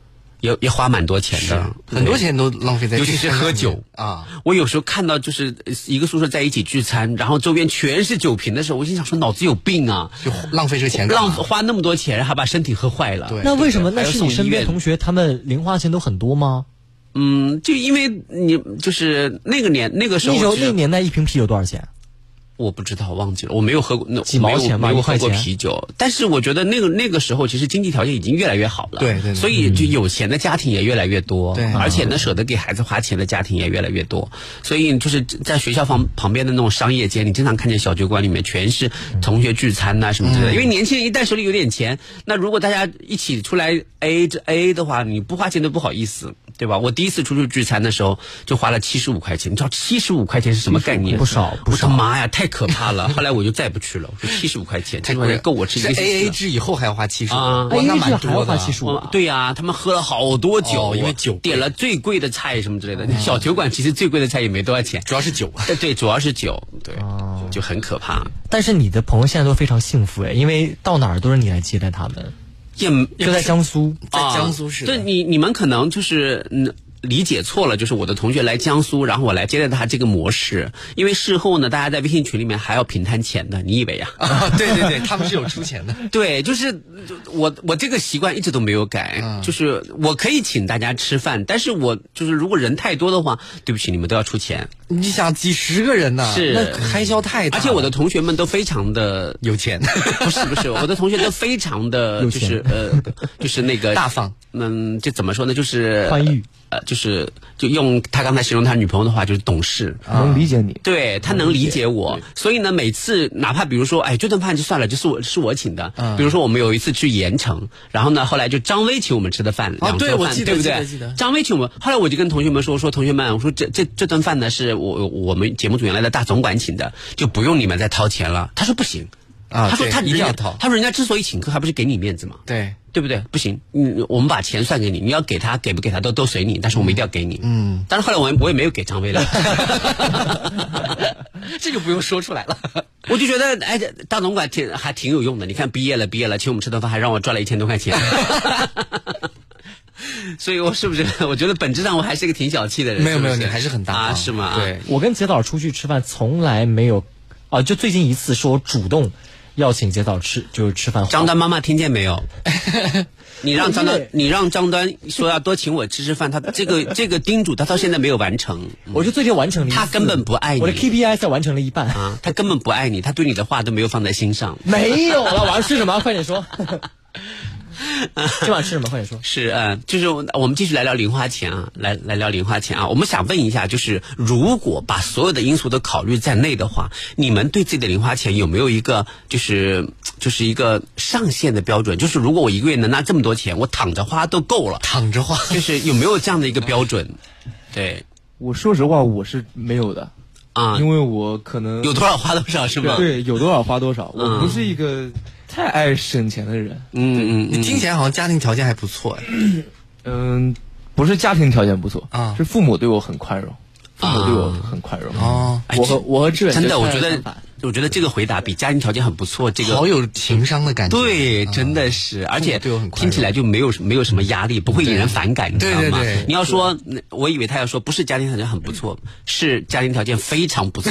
Speaker 4: 也也花蛮多钱的，
Speaker 5: 很多钱都浪费在
Speaker 4: 对，尤其
Speaker 5: 这个上
Speaker 4: 是
Speaker 5: 面，
Speaker 4: 喝酒。
Speaker 5: 啊，
Speaker 4: 我有时候看到就是呃一个宿舍在一起聚餐，然后周边全是酒瓶的时候，我心想说脑子有病啊！
Speaker 5: 就浪费这个钱干嘛，
Speaker 4: 浪花那么多钱，还把身体喝坏了。
Speaker 5: 对
Speaker 6: 那为什么？那是
Speaker 4: 还
Speaker 6: 你身
Speaker 4: 要送医
Speaker 6: 边
Speaker 4: 院
Speaker 6: 同学他们零花钱都很多吗？
Speaker 4: 嗯，就因为你就是那个年那个时候
Speaker 6: 那时候
Speaker 4: 其实
Speaker 6: 那个年代一瓶啤酒多少钱？
Speaker 4: 我不知道，忘记了，我没有喝过，那
Speaker 6: 几毛钱吧
Speaker 4: 没有没有
Speaker 6: 一块
Speaker 4: 喝过
Speaker 6: 钱
Speaker 4: 啤酒。但是我觉得那个那个时候，其实经济条件已经越来越好了，
Speaker 5: 对对对
Speaker 4: 所以就有钱的家庭也越来越多，
Speaker 5: 对
Speaker 4: 而且呢，舍得给孩子花钱的家庭也越来越多。所以就是在学校旁旁边的那种商业街，你经常看见小酒馆里面全是同学聚餐呐、什么之类的。因为年轻人一旦手里有点钱，那如果大家一起出来 A 这 A 的话，你不花钱都不好意思。对吧？我第一次出去聚餐的时候，就花了七十五块钱。你知道七十五块钱是什么概念？
Speaker 6: 不少不
Speaker 4: 我的妈呀，太可怕了！后来我就再不去了。我说七十五块钱，这块钱够我吃一个星期
Speaker 5: 哎 A
Speaker 4: 了
Speaker 5: A 制以后还要花七十，
Speaker 4: 啊
Speaker 5: 哇，
Speaker 6: 哎，
Speaker 5: 那
Speaker 6: 那
Speaker 5: 蛮
Speaker 6: 还要
Speaker 5: 多
Speaker 6: 花
Speaker 5: 的。
Speaker 6: 七十五
Speaker 4: 我。哦对呀、他们喝了好多酒，
Speaker 5: 哦因为酒贵哦
Speaker 4: 点了最贵的菜什么之类的。小酒馆其实最贵的菜也没多少钱，呃
Speaker 5: 主要是酒，啊哦
Speaker 4: 对对，主要是酒，对，就很可怕。
Speaker 6: 但是你的朋友现在都非常幸福哎，因为到哪儿都是你来接待他们，
Speaker 4: 也
Speaker 6: 就在江苏。
Speaker 5: 在
Speaker 4: 啊
Speaker 5: 江苏是的
Speaker 4: 对你你们可能就是嗯。理解错了，就是我的同学来江苏，然后我来接待他这个模式，因为事后呢，大家在微信群里面还要平摊钱的，你以为呀、
Speaker 5: 啊，对对对，他们是有出钱的。
Speaker 4: 对，就是就我我这个习惯一直都没有改，
Speaker 5: 嗯
Speaker 4: 就是我可以请大家吃饭，但是我就是如果人太多的话，对不起，你们都要出钱。
Speaker 5: 你想几十个人呢，
Speaker 4: 是
Speaker 5: 那开销太
Speaker 4: 而
Speaker 5: 大了，
Speaker 4: 且我的同学们都非常的，
Speaker 5: 有钱，
Speaker 4: 不是不是，我的同学都非常的
Speaker 6: 有
Speaker 4: 就
Speaker 6: 钱
Speaker 4: 是呃，就是那个
Speaker 5: 大方，
Speaker 4: 嗯，就怎么说呢，就是
Speaker 6: 宽裕，
Speaker 4: 呃，就是就用他刚才形容他女朋友的话，就是懂事。
Speaker 7: 能理解你。
Speaker 4: 对他能理解我，所以呢，每次哪怕比如说，哎，这顿饭就算了，就是我是我请的。
Speaker 5: 嗯
Speaker 4: 比如说，我们有一次去盐城，然后呢，后来就张威请我们吃的饭，
Speaker 5: 哦
Speaker 4: 两
Speaker 5: 对
Speaker 4: 桌
Speaker 5: 我
Speaker 4: 饭，
Speaker 5: 记得
Speaker 4: 对不
Speaker 5: 记
Speaker 4: 对
Speaker 5: 得记得？
Speaker 4: 张威请我们，后来我就跟同学们说，我说同学们，我说这这这顿饭呢是我我们节目组原来的大总管请的，就不用你们再掏钱了。他说不行，
Speaker 5: 啊
Speaker 4: 他说
Speaker 5: 对
Speaker 4: 他
Speaker 5: 一定
Speaker 4: 人家
Speaker 5: 要掏
Speaker 4: 他说人家之所以请客，还不是给你面子吗？
Speaker 5: 对，
Speaker 4: 对不对？不行，嗯，我们把钱算给你，你要给他，给不给他都都随你，但是我们一定要给你。嗯，但是后来我也我也没有给张 威了，这就不用说出来了。我就觉得，哎，这大总管挺还挺有用的。你看，毕业了，毕业了，请我们吃顿饭，还让我赚了一千多块 钱。所以，我是不是？我觉得本质上我还是一个挺小气的人。
Speaker 5: 没有没有
Speaker 4: 不
Speaker 5: 你还是很大方
Speaker 4: 啊？是吗？
Speaker 5: 对
Speaker 6: 我跟杰导出去吃饭从来没有，啊，就最近一次是我主动要请杰导吃，就是吃饭。
Speaker 4: 张丹妈妈听见没 有？你让张
Speaker 6: 我
Speaker 4: 丹
Speaker 6: 真的，
Speaker 4: 你让张丹说要多请我吃吃饭，他这 个这个叮嘱他到现在没有完成。
Speaker 6: 我就最近完成了一次，
Speaker 4: 他根本不爱你
Speaker 6: 我的 KPI 才完成了一 半。
Speaker 4: 啊，他根本不爱你，他对你的话都没有放在心上。
Speaker 6: 没有了，我要吃什么？快点说。今晚吃什么？快点
Speaker 5: 嗯
Speaker 6: 说。
Speaker 4: 是，呃，就是我我们继续来聊零花钱啊，来来聊零花钱啊。我们想问一下，就是如果把所有的因素都考虑在内的话，你们对自己的零花钱有没有一个就是就是一个上限的标准？就是如果我一个月能拿这么多钱，我躺着花都够了，
Speaker 5: 躺着花。
Speaker 4: 就是有没有这样的一个标准？对
Speaker 7: 我说实话，我是没有的，
Speaker 4: 啊，
Speaker 7: 因为我可能
Speaker 4: 有多少花多少是嗯吗？
Speaker 7: 对有多少花多少，我不是一个太爱省钱的人。
Speaker 4: 嗯嗯
Speaker 5: 你
Speaker 4: 嗯，
Speaker 5: 听起来好像家庭条件还不错哎，
Speaker 7: 嗯，不是家庭条件不错
Speaker 5: 啊
Speaker 7: 是父母对我很宽容，父母对我很宽容。嗯
Speaker 5: 哦，
Speaker 4: 哎
Speaker 8: 我和我和志远
Speaker 4: 真
Speaker 8: 就
Speaker 4: 的，我
Speaker 8: 恰恰
Speaker 4: 觉得
Speaker 8: 相反
Speaker 4: 我觉得这个回答比家庭条件很不错，这个
Speaker 5: 好有情商的感觉。
Speaker 4: 对，真的是，而且
Speaker 5: 对我很宽
Speaker 4: 听
Speaker 5: 容
Speaker 4: 起来就没有什没有什么压力，不会引人反感，你知道吗
Speaker 5: 对对对？
Speaker 4: 你要说，我以为他要说不是家庭条件很不错，是家庭条件非常不错。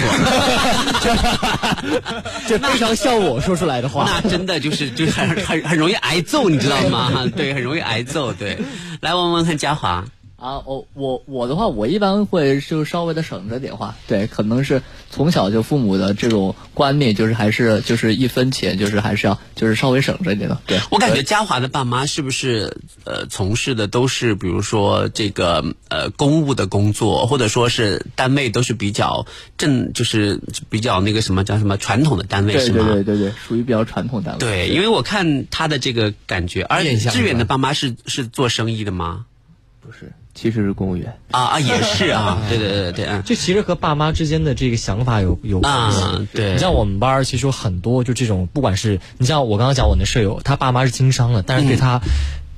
Speaker 6: 这非常像我说出来的话。
Speaker 4: 那真的就是就是很很很容易挨揍，你知道吗？ 对，很容易挨揍。对，来问问看嘉华，
Speaker 8: 啊，我我我的话，我一般会就稍微的省着点花，对，可能是从小就父母的这种观念，就是还是就是一分钱，就是还是要就是稍微省着一点的，对。
Speaker 4: 我感觉嘉华的爸妈是不是呃从事的都是比如说这个呃公务的工作，或者说是单位都是比较正，就是比较那个什么叫什么传统的单位
Speaker 8: 对
Speaker 4: 是
Speaker 8: 对
Speaker 4: 吗？
Speaker 8: 对对对，属于比较传统单位。
Speaker 4: 啊对，因为我看他的这个感觉，而
Speaker 5: 面向
Speaker 4: 志远
Speaker 5: 是
Speaker 4: 的
Speaker 5: 吧
Speaker 4: 爸妈是是做生意的吗？
Speaker 7: 不是，其实是公务员。
Speaker 4: 啊啊，也是啊， 对对对对对，嗯
Speaker 6: 这其实和爸妈之间的这个想法有有关系。
Speaker 4: 啊对
Speaker 6: 你像我们班儿，其实有很多就这种，不管是你像我刚刚讲我那舍友，他爸妈是经商的，但是
Speaker 4: 嗯
Speaker 6: 对他。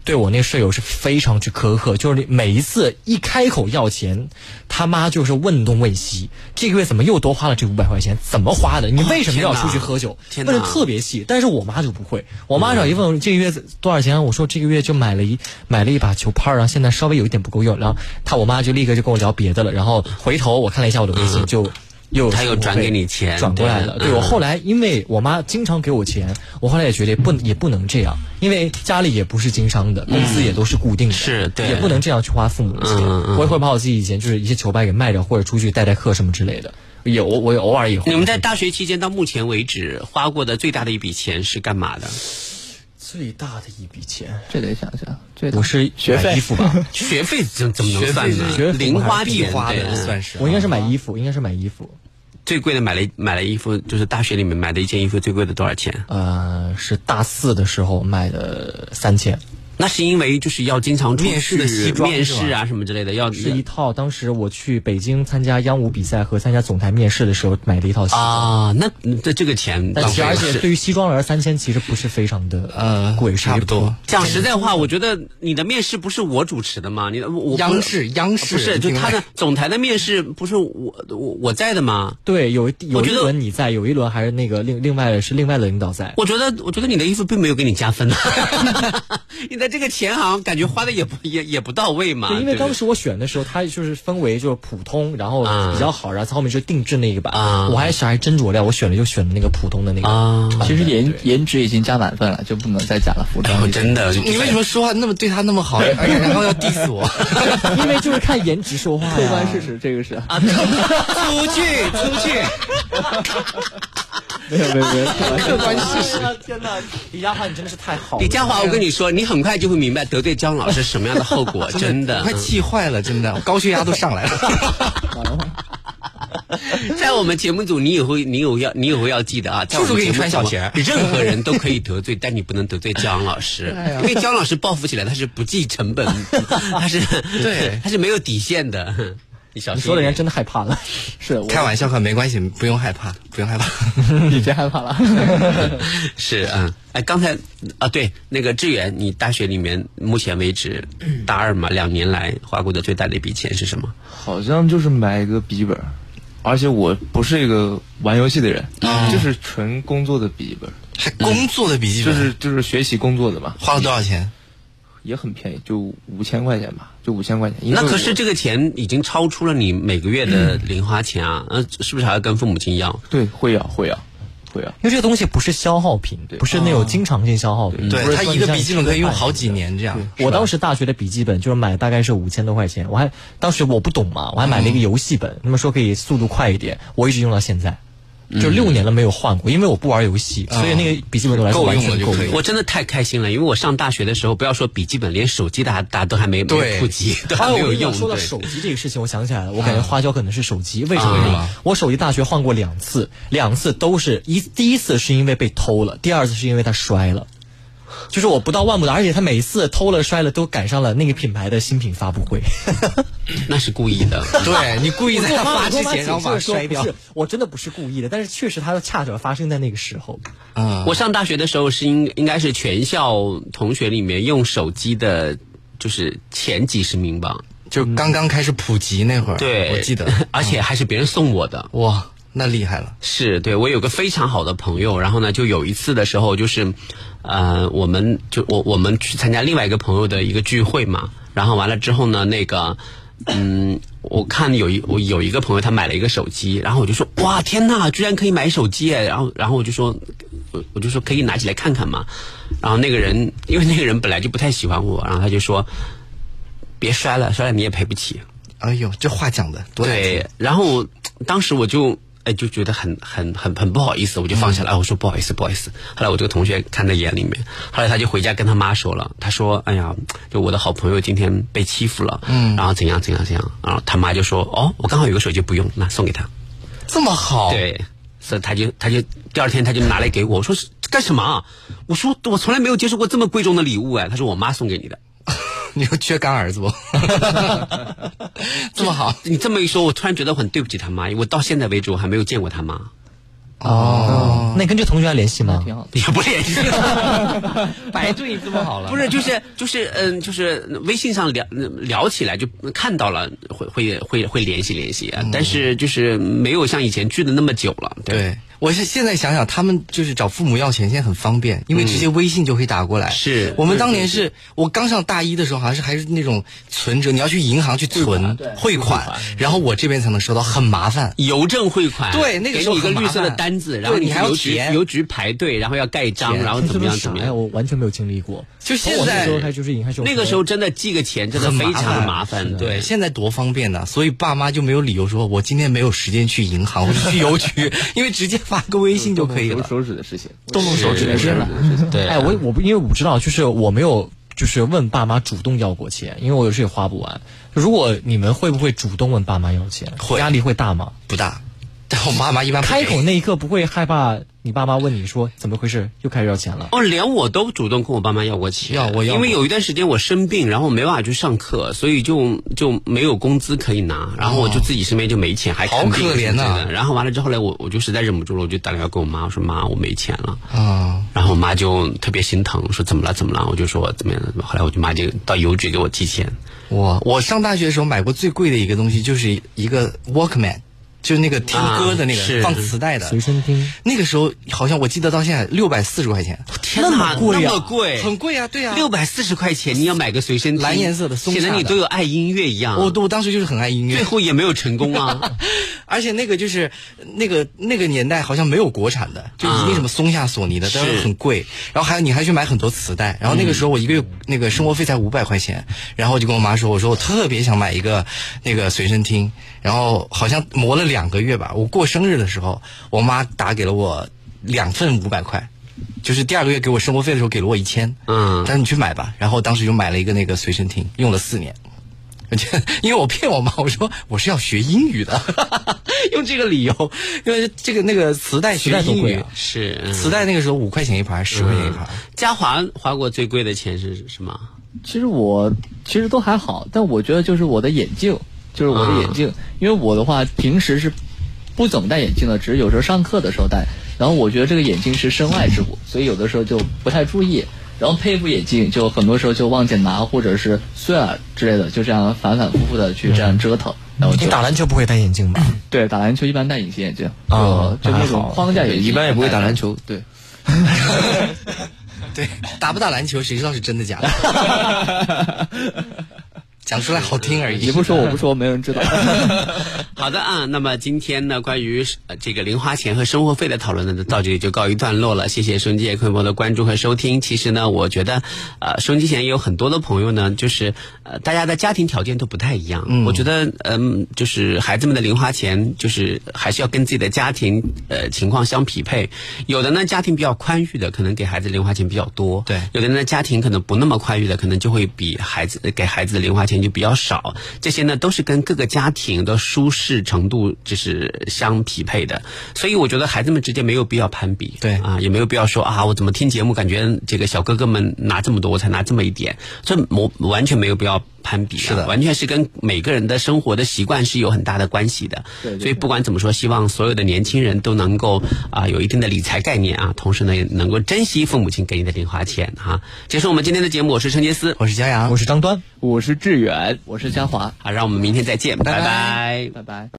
Speaker 6: 对我那舍友是非常之苛刻，就是每一次一开口要钱，他妈就是问东问西，这个月怎么又多花了这五百块钱？怎么花的？你为什么要出去喝酒？
Speaker 4: 哦天
Speaker 6: 问
Speaker 4: 哪
Speaker 6: 的特别细。但是我妈就不会，我妈只要一问这个月多少钱，我说这个月就买了一买了一把球拍儿，然后现在稍微有一点不够用，然后她我妈就立刻就跟我聊别的了，然后回头我看了一下我的微信就。又
Speaker 4: 嗯她又转给你钱
Speaker 6: 转过来了。
Speaker 4: 对
Speaker 6: 对
Speaker 4: 嗯
Speaker 6: 我后来，因为我妈经常给我钱，我后来也觉得也不也不能这样，因为家里也不是经商的，工资也都是固定的，
Speaker 4: 嗯是对
Speaker 6: 也不能这样去花父母的钱。
Speaker 4: 嗯嗯
Speaker 6: 我也会把我自己以前就是一些球拍给卖掉，或者出去代代课什么之类的。也我我也偶尔也会。
Speaker 4: 你们在大学期间到目前为止花过的最大的一笔钱是干嘛的？
Speaker 6: 最大的一笔钱，
Speaker 8: 这得想想，这得
Speaker 6: 我是学衣服吧？
Speaker 4: 学费怎怎么能算呢？
Speaker 6: 学费
Speaker 4: 零花钱
Speaker 5: 花
Speaker 4: 对嗯
Speaker 5: 的算是啊
Speaker 6: 我应该是买衣服，应该是买衣服。
Speaker 4: 最贵的买了买了衣服，就是大学里面买的一件衣服最贵的多少钱？
Speaker 6: 呃，是大四的时候买的三千，
Speaker 4: 那是因为就是要经常出去
Speaker 5: 面试的西装
Speaker 4: 面
Speaker 5: 是吧
Speaker 4: 试啊什么之类的，要
Speaker 6: 是一套当时我去北京参加央舞比赛和参加总台面试的时候买的一套西装。
Speaker 4: 啊，那这这个钱
Speaker 6: 但
Speaker 4: 浪
Speaker 6: 其实
Speaker 4: 费
Speaker 6: 而
Speaker 4: 了。
Speaker 6: 且对于西装来说，三千其实不是非常的呃贵，是
Speaker 5: 差不多。
Speaker 4: 讲实在话，我觉得你的面试不是我主持的吗？你的我我不
Speaker 5: 央视央视
Speaker 4: 不是就
Speaker 5: 另外
Speaker 4: 他的总台的面试不是我我我在的吗？
Speaker 6: 对，有一有
Speaker 4: 我
Speaker 6: 一
Speaker 4: 觉得啊
Speaker 6: 轮你在，有一轮还是那个另另外的是另外的领导在。
Speaker 4: 我觉得，我觉得你的衣服并没有给你加分、啊 你的这个钱好像感觉花的也不也也不到位嘛。
Speaker 6: 对，因
Speaker 4: 对
Speaker 6: 为
Speaker 4: 不对
Speaker 6: 当时我选的时候，它就是分为就是普通，然后
Speaker 4: 啊
Speaker 6: 比较好，然后它后面是定制那一版。
Speaker 4: 啊
Speaker 6: 我还是还真酌量，我选了就选了那个普通的那个。
Speaker 4: 啊，
Speaker 8: 其实颜颜值已经加满分了，就不能再加了服装。
Speaker 4: 我真的，
Speaker 5: 你为什么说话那么对他那么好，而且然后要 diss 我？
Speaker 6: 因为就是看颜值说话呀。
Speaker 8: 客 观事实，这个是
Speaker 4: 啊？出出去出去！
Speaker 8: 没有没 有没有，客观
Speaker 6: 客观事实。哎天哪，李佳华你真的是太好了。
Speaker 4: 李佳华，我跟你说，你很快就会明白得罪姜老师什么样的后 果，真的嗯
Speaker 5: 我。快气坏了，真的，我高血压都上 来了。
Speaker 4: 在我们节目组，你以后你有要你以后要记得啊，在我们
Speaker 5: 就是给你
Speaker 4: 节目
Speaker 5: 穿小
Speaker 4: 组
Speaker 5: 鞋
Speaker 4: 任何人都可以得罪，但你不能得罪姜老 师，
Speaker 5: 哎
Speaker 4: 因为姜老师报复起来他是不计成本， 他是
Speaker 5: 对
Speaker 4: 他是没有底线的。 你小
Speaker 6: 你
Speaker 4: 心
Speaker 6: 说的
Speaker 4: 一
Speaker 6: 人
Speaker 4: 点
Speaker 6: 家真的害怕了。
Speaker 8: 是我
Speaker 5: 开玩笑，可没关系，不用害怕，不用害怕。
Speaker 8: 已经害怕了。
Speaker 4: 是啊，哎，刚才啊，对，那个志远，你大学里面目前为止大二嘛，两年来花过的最大的一笔钱是什么？
Speaker 7: 好像就是买一个笔记本，而且我不是一个玩游戏的人，
Speaker 4: 啊
Speaker 7: 就是纯工作的笔记本，
Speaker 5: 还工作的笔记
Speaker 7: 就
Speaker 5: 本、
Speaker 7: 是就是学习工作的嘛，
Speaker 5: 花了多少钱？
Speaker 7: 也很便宜，就五千块钱吧，就五千块钱。因为
Speaker 4: 那可是
Speaker 7: 我
Speaker 4: 这个钱已经超出了你每个月的零花钱啊，
Speaker 5: 嗯
Speaker 4: 呃，是不是还要跟父母亲要？
Speaker 7: 对会要会要会要，
Speaker 6: 因为这个东西不是消耗品，不是那种经常性消耗品。
Speaker 5: 对
Speaker 6: 不是
Speaker 5: 他
Speaker 6: 说
Speaker 5: 一
Speaker 6: 你
Speaker 5: 个
Speaker 6: 像
Speaker 5: 笔记本可以用
Speaker 6: 买
Speaker 5: 好几年这样。
Speaker 6: 我当时大学的笔记本就是买，大概是五千多块钱。我还当时我不懂嘛，我还买了一
Speaker 5: 嗯
Speaker 6: 个游戏本，他们说可以速度快一点，我一直用到现在，
Speaker 5: 嗯
Speaker 6: 就六年了没有换过，因为我不玩游戏，所以那个笔记本对我来说
Speaker 5: 啊够
Speaker 6: 完
Speaker 5: 用
Speaker 6: 全
Speaker 5: 了就
Speaker 6: 够
Speaker 5: 可以
Speaker 6: 用。
Speaker 4: 我真的太开心了，因为我上大学的时候，不要说笔记本，连手机大家大家都还没没
Speaker 5: 对
Speaker 4: 有普及，都还没
Speaker 6: 哎，我
Speaker 4: 有
Speaker 6: 跟你
Speaker 4: 用
Speaker 6: 讲，。说到
Speaker 4: 对
Speaker 6: 手机这个事情，我想起来了，我感
Speaker 5: 啊
Speaker 6: 觉花椒可能是手机，为什
Speaker 4: 啊
Speaker 6: 么呢？我手机大学换过两次，两次都是一第一次是因为被偷了，第二次是因为它摔了。就是我不到万不得，而且它每次偷了摔了都赶上了那个品牌的新品发布会。
Speaker 4: 那是故意的。
Speaker 5: 对你故意在
Speaker 6: 我
Speaker 5: 他
Speaker 6: 妈
Speaker 5: 发
Speaker 6: 我
Speaker 5: 之
Speaker 6: 跟我妈
Speaker 5: 前，然后把它
Speaker 6: 解释的时候
Speaker 5: 摔掉
Speaker 6: 不。是，我真的不是故意的，但是确实它恰巧发生在那个时候。
Speaker 5: 啊、
Speaker 4: 我上大学的时候是应应该是全校同学里面用手机的，就是前几十名吧。
Speaker 5: 就刚刚开始普及那会儿，
Speaker 4: 对，
Speaker 5: 我记得。
Speaker 4: 而且还是别人送我的。
Speaker 5: 哇，那厉害了。
Speaker 4: 是对我有个非常好的朋友，然后呢，就有一次的时候，就是，呃，我们就我我们去参加另外一个朋友的一个聚会嘛，然后完了之后呢，那个，嗯，我看有一我有一个朋友他买了一个手机，然后我就说，哇，天呐，居然可以买手机耶！然后然后我就说，我我就说可以拿起来看看嘛，然后那个人因为那个人本来就不太喜欢我，然后他就说，别摔了，摔了你也赔不起。
Speaker 5: 哎呦，这话讲的多难听
Speaker 4: 对，然后我当时我就哎就觉得很很很很不好意思，我就放下来，我说不好意思，不好意思。后来我这个同学看在眼里面，后来他就回家跟他妈说了，他说哎呀，就我的好朋友今天被欺负了，
Speaker 5: 嗯
Speaker 4: 然后怎样怎样怎样，然后他妈就说哦，我刚好有个手机不用，那送给他。
Speaker 5: 这么好，
Speaker 4: 对，所以他就他就第二天他就拿来给我，我说是干什么啊？我说我从来没有接受过这么贵重的礼物哎，他说我妈送给你的。
Speaker 5: 你说缺干儿子不？这么好，
Speaker 4: 你这么一说，我突然觉得很对不起他妈，因为我到现在为止我还没有见过他妈。
Speaker 5: 啊
Speaker 6: 哦，那你跟这同学还联系吗？
Speaker 4: 也不联系，
Speaker 5: 白对这么好了
Speaker 4: 不是，就是就是嗯，就是微信上聊嗯聊起来就看到了，会会会会联系联系啊，但是就是没有像以前聚的那么久了，对。
Speaker 5: 嗯对，我是现在想想，他们就是找父母要钱，现在很方便，因为直接微信就可以打过来。
Speaker 4: 是
Speaker 5: 我们当年是我刚上大一的时候，好像是还是那种存折，你要去银行去存汇款，然后我这边才能收到，很麻烦。
Speaker 4: 邮政汇款，
Speaker 5: 对那个时候
Speaker 4: 给你一个
Speaker 5: 很
Speaker 4: 绿
Speaker 5: 麻
Speaker 4: 色的
Speaker 5: 烦
Speaker 4: 单子，
Speaker 5: 对
Speaker 4: 然后
Speaker 5: 你
Speaker 4: 去
Speaker 5: 还要
Speaker 4: 邮局
Speaker 5: 填
Speaker 4: 邮局排队，然后要盖章，
Speaker 5: 填
Speaker 4: 然后
Speaker 6: 这
Speaker 4: 怎么
Speaker 6: 都
Speaker 4: 样
Speaker 6: 是
Speaker 4: 怎
Speaker 6: 啥
Speaker 4: 么
Speaker 6: 呀？
Speaker 4: 样。
Speaker 6: 我完全没有经历过。
Speaker 5: 就
Speaker 6: 从我
Speaker 5: 现
Speaker 6: 那
Speaker 5: 在
Speaker 6: 时候开始就是银行是有
Speaker 4: 那个时候真的寄个钱真的非常麻
Speaker 5: 很
Speaker 4: 烦，
Speaker 5: 对，
Speaker 4: 对，
Speaker 5: 现在多方便呐，所以爸妈就没有理由说我今天没有时间去银行，我去邮局，因为直接发个微信就可以
Speaker 7: 动
Speaker 5: 了。
Speaker 7: 手指的事情，
Speaker 5: 动动手指的事了，
Speaker 4: 对
Speaker 6: 哎，我我不因为我不知道，就是我没有就是问爸妈主动要过钱，因为我有时候也花不完。如果你们会不会主动问爸妈要钱？
Speaker 5: 会
Speaker 6: 压力会大吗？
Speaker 5: 不大。但我爸妈一般不
Speaker 6: 开
Speaker 5: 给
Speaker 6: 口那一刻不会害怕你爸妈问你说怎么回事，又开始要钱了？
Speaker 4: 哦，连我都主动跟我爸妈要过钱，
Speaker 5: 要我要
Speaker 4: 因为
Speaker 5: 过
Speaker 4: 有一段时间我生病，然后没办法去上课，所以就就没有工资可以拿，然后我就自己身边就没钱，还
Speaker 5: 哦好
Speaker 4: 看病什
Speaker 5: 可怜
Speaker 4: 么之类
Speaker 5: 呐
Speaker 4: 的然后完了之后来我我就实在忍不住了，我就打电话给我妈，我说妈，我没钱了。
Speaker 5: 啊，
Speaker 4: 然后我妈就特别心疼，说怎么了怎么了？我就说怎么样怎么样。后来我就妈就到邮局给我寄钱，
Speaker 5: 我我上大学的时候买过最贵的一个东西，就是一个 Walkman，就是那个听歌的那个、
Speaker 4: 啊是
Speaker 5: 放磁带的
Speaker 6: 随。身听，
Speaker 5: 那个时候好像我记得到现在六百四十块钱，
Speaker 4: 天哪，
Speaker 6: 贵啊
Speaker 4: 那么贵，
Speaker 5: 很贵啊，对啊。
Speaker 4: 六百四十块钱，你要买个随身听
Speaker 5: 蓝颜色的松
Speaker 4: 显得
Speaker 5: 下
Speaker 4: 你
Speaker 5: 的
Speaker 4: 多有爱音乐一样。
Speaker 5: 我我当时就是很爱音
Speaker 4: 最
Speaker 5: 乐，
Speaker 4: 后也没有成功啊。
Speaker 5: 而且那个就是那个那个年代好像没有国产的，就一定什么松下、索尼的，但是
Speaker 4: 是
Speaker 5: 很贵。然后还有你还去买很多磁带，然后那个时候我一个月那个生活费才五百块钱，然后我就跟我妈说，我说我特别想买一个那个随身听，然后好像磨了两个月吧。我过生日的时候，我妈打给了我两份五百块。就是第二个月给我生活费的时候给了我一千，
Speaker 4: 嗯
Speaker 5: 她说你去买吧，然后当时就买了一个那个随身听，用了四年。我觉得， 因为我骗我妈，我说我是要学英语的， 用这个理由，因为这个那个磁带学
Speaker 6: 磁带多
Speaker 5: 英
Speaker 6: 贵
Speaker 5: 语，
Speaker 6: 啊嗯
Speaker 4: 是嗯
Speaker 5: 磁带那个时候五块钱一盘，十块钱一盘，
Speaker 4: 嘉华花过最贵的钱是什么？
Speaker 8: 其实我其实都还好，但我觉得就是我的眼镜，就是我的眼
Speaker 6: 啊
Speaker 8: 镜，因为我的话平时是不怎么戴眼镜的，只是有时候上课的时候戴。然后我觉得这个眼镜是身外之物，所以有的时候就不太注意。然后配一副眼镜，就很多时候就忘记拿，或者是碎了之类的，就这样反反复复的去这样折腾。然后就
Speaker 6: 嗯你打篮球不会戴眼镜
Speaker 7: 啊
Speaker 6: 吧？
Speaker 8: 对打篮球一般戴隐形眼镜，
Speaker 6: 啊
Speaker 8: 就就那种框架眼镜，
Speaker 7: 一般也不会打篮。球，对，
Speaker 5: 对，打不打篮球谁知道是真的假 的，讲出来好听而已。
Speaker 8: 你不说我不说，没人知道。
Speaker 4: 好的啊，那么今天呢，关于呃这个零花钱和生活费的讨论呢，到这里就告一段落了。谢谢收音机也朋友的关注和收听。其实呢，我觉得，呃，收音机前也有很多的朋友呢，就是呃，大家的家庭条件都不太一样。我觉得，嗯、就是孩子们的零花钱，就是还是要跟自己的家庭呃情况相匹配。有的呢，家庭比较宽裕的，可能给孩子零花钱比较多；
Speaker 5: 对
Speaker 4: 有的呢，家庭可能不那么宽裕的，可能就会比孩子给孩子的零花钱就比较少。这些呢，都是跟各个家庭的舒适程度就是相匹配的。所以我觉得孩子们之间没有必要攀比，
Speaker 5: 对
Speaker 4: 啊，也没有必要说啊，我怎么听节目感觉这个小哥哥们拿这么多，我才拿这么一点，这我完全没有必要攀比、啊，
Speaker 5: 是的
Speaker 4: 完全是跟每个人的生活的习惯是有很大的关系的。
Speaker 8: 对对
Speaker 4: 所以不管怎么说，希望所有的年轻人都能够啊、有一定的理财概念啊，同时呢也能够珍惜父母亲给你的零花钱啊。结束我们今天的节目，我是陈杰斯，
Speaker 5: 我是骄阳
Speaker 6: 我，是张端。
Speaker 7: 我是志远。
Speaker 8: 我是嘉华，
Speaker 4: 啊，让我们明天再见，
Speaker 5: 拜拜
Speaker 4: 拜拜
Speaker 8: 拜拜。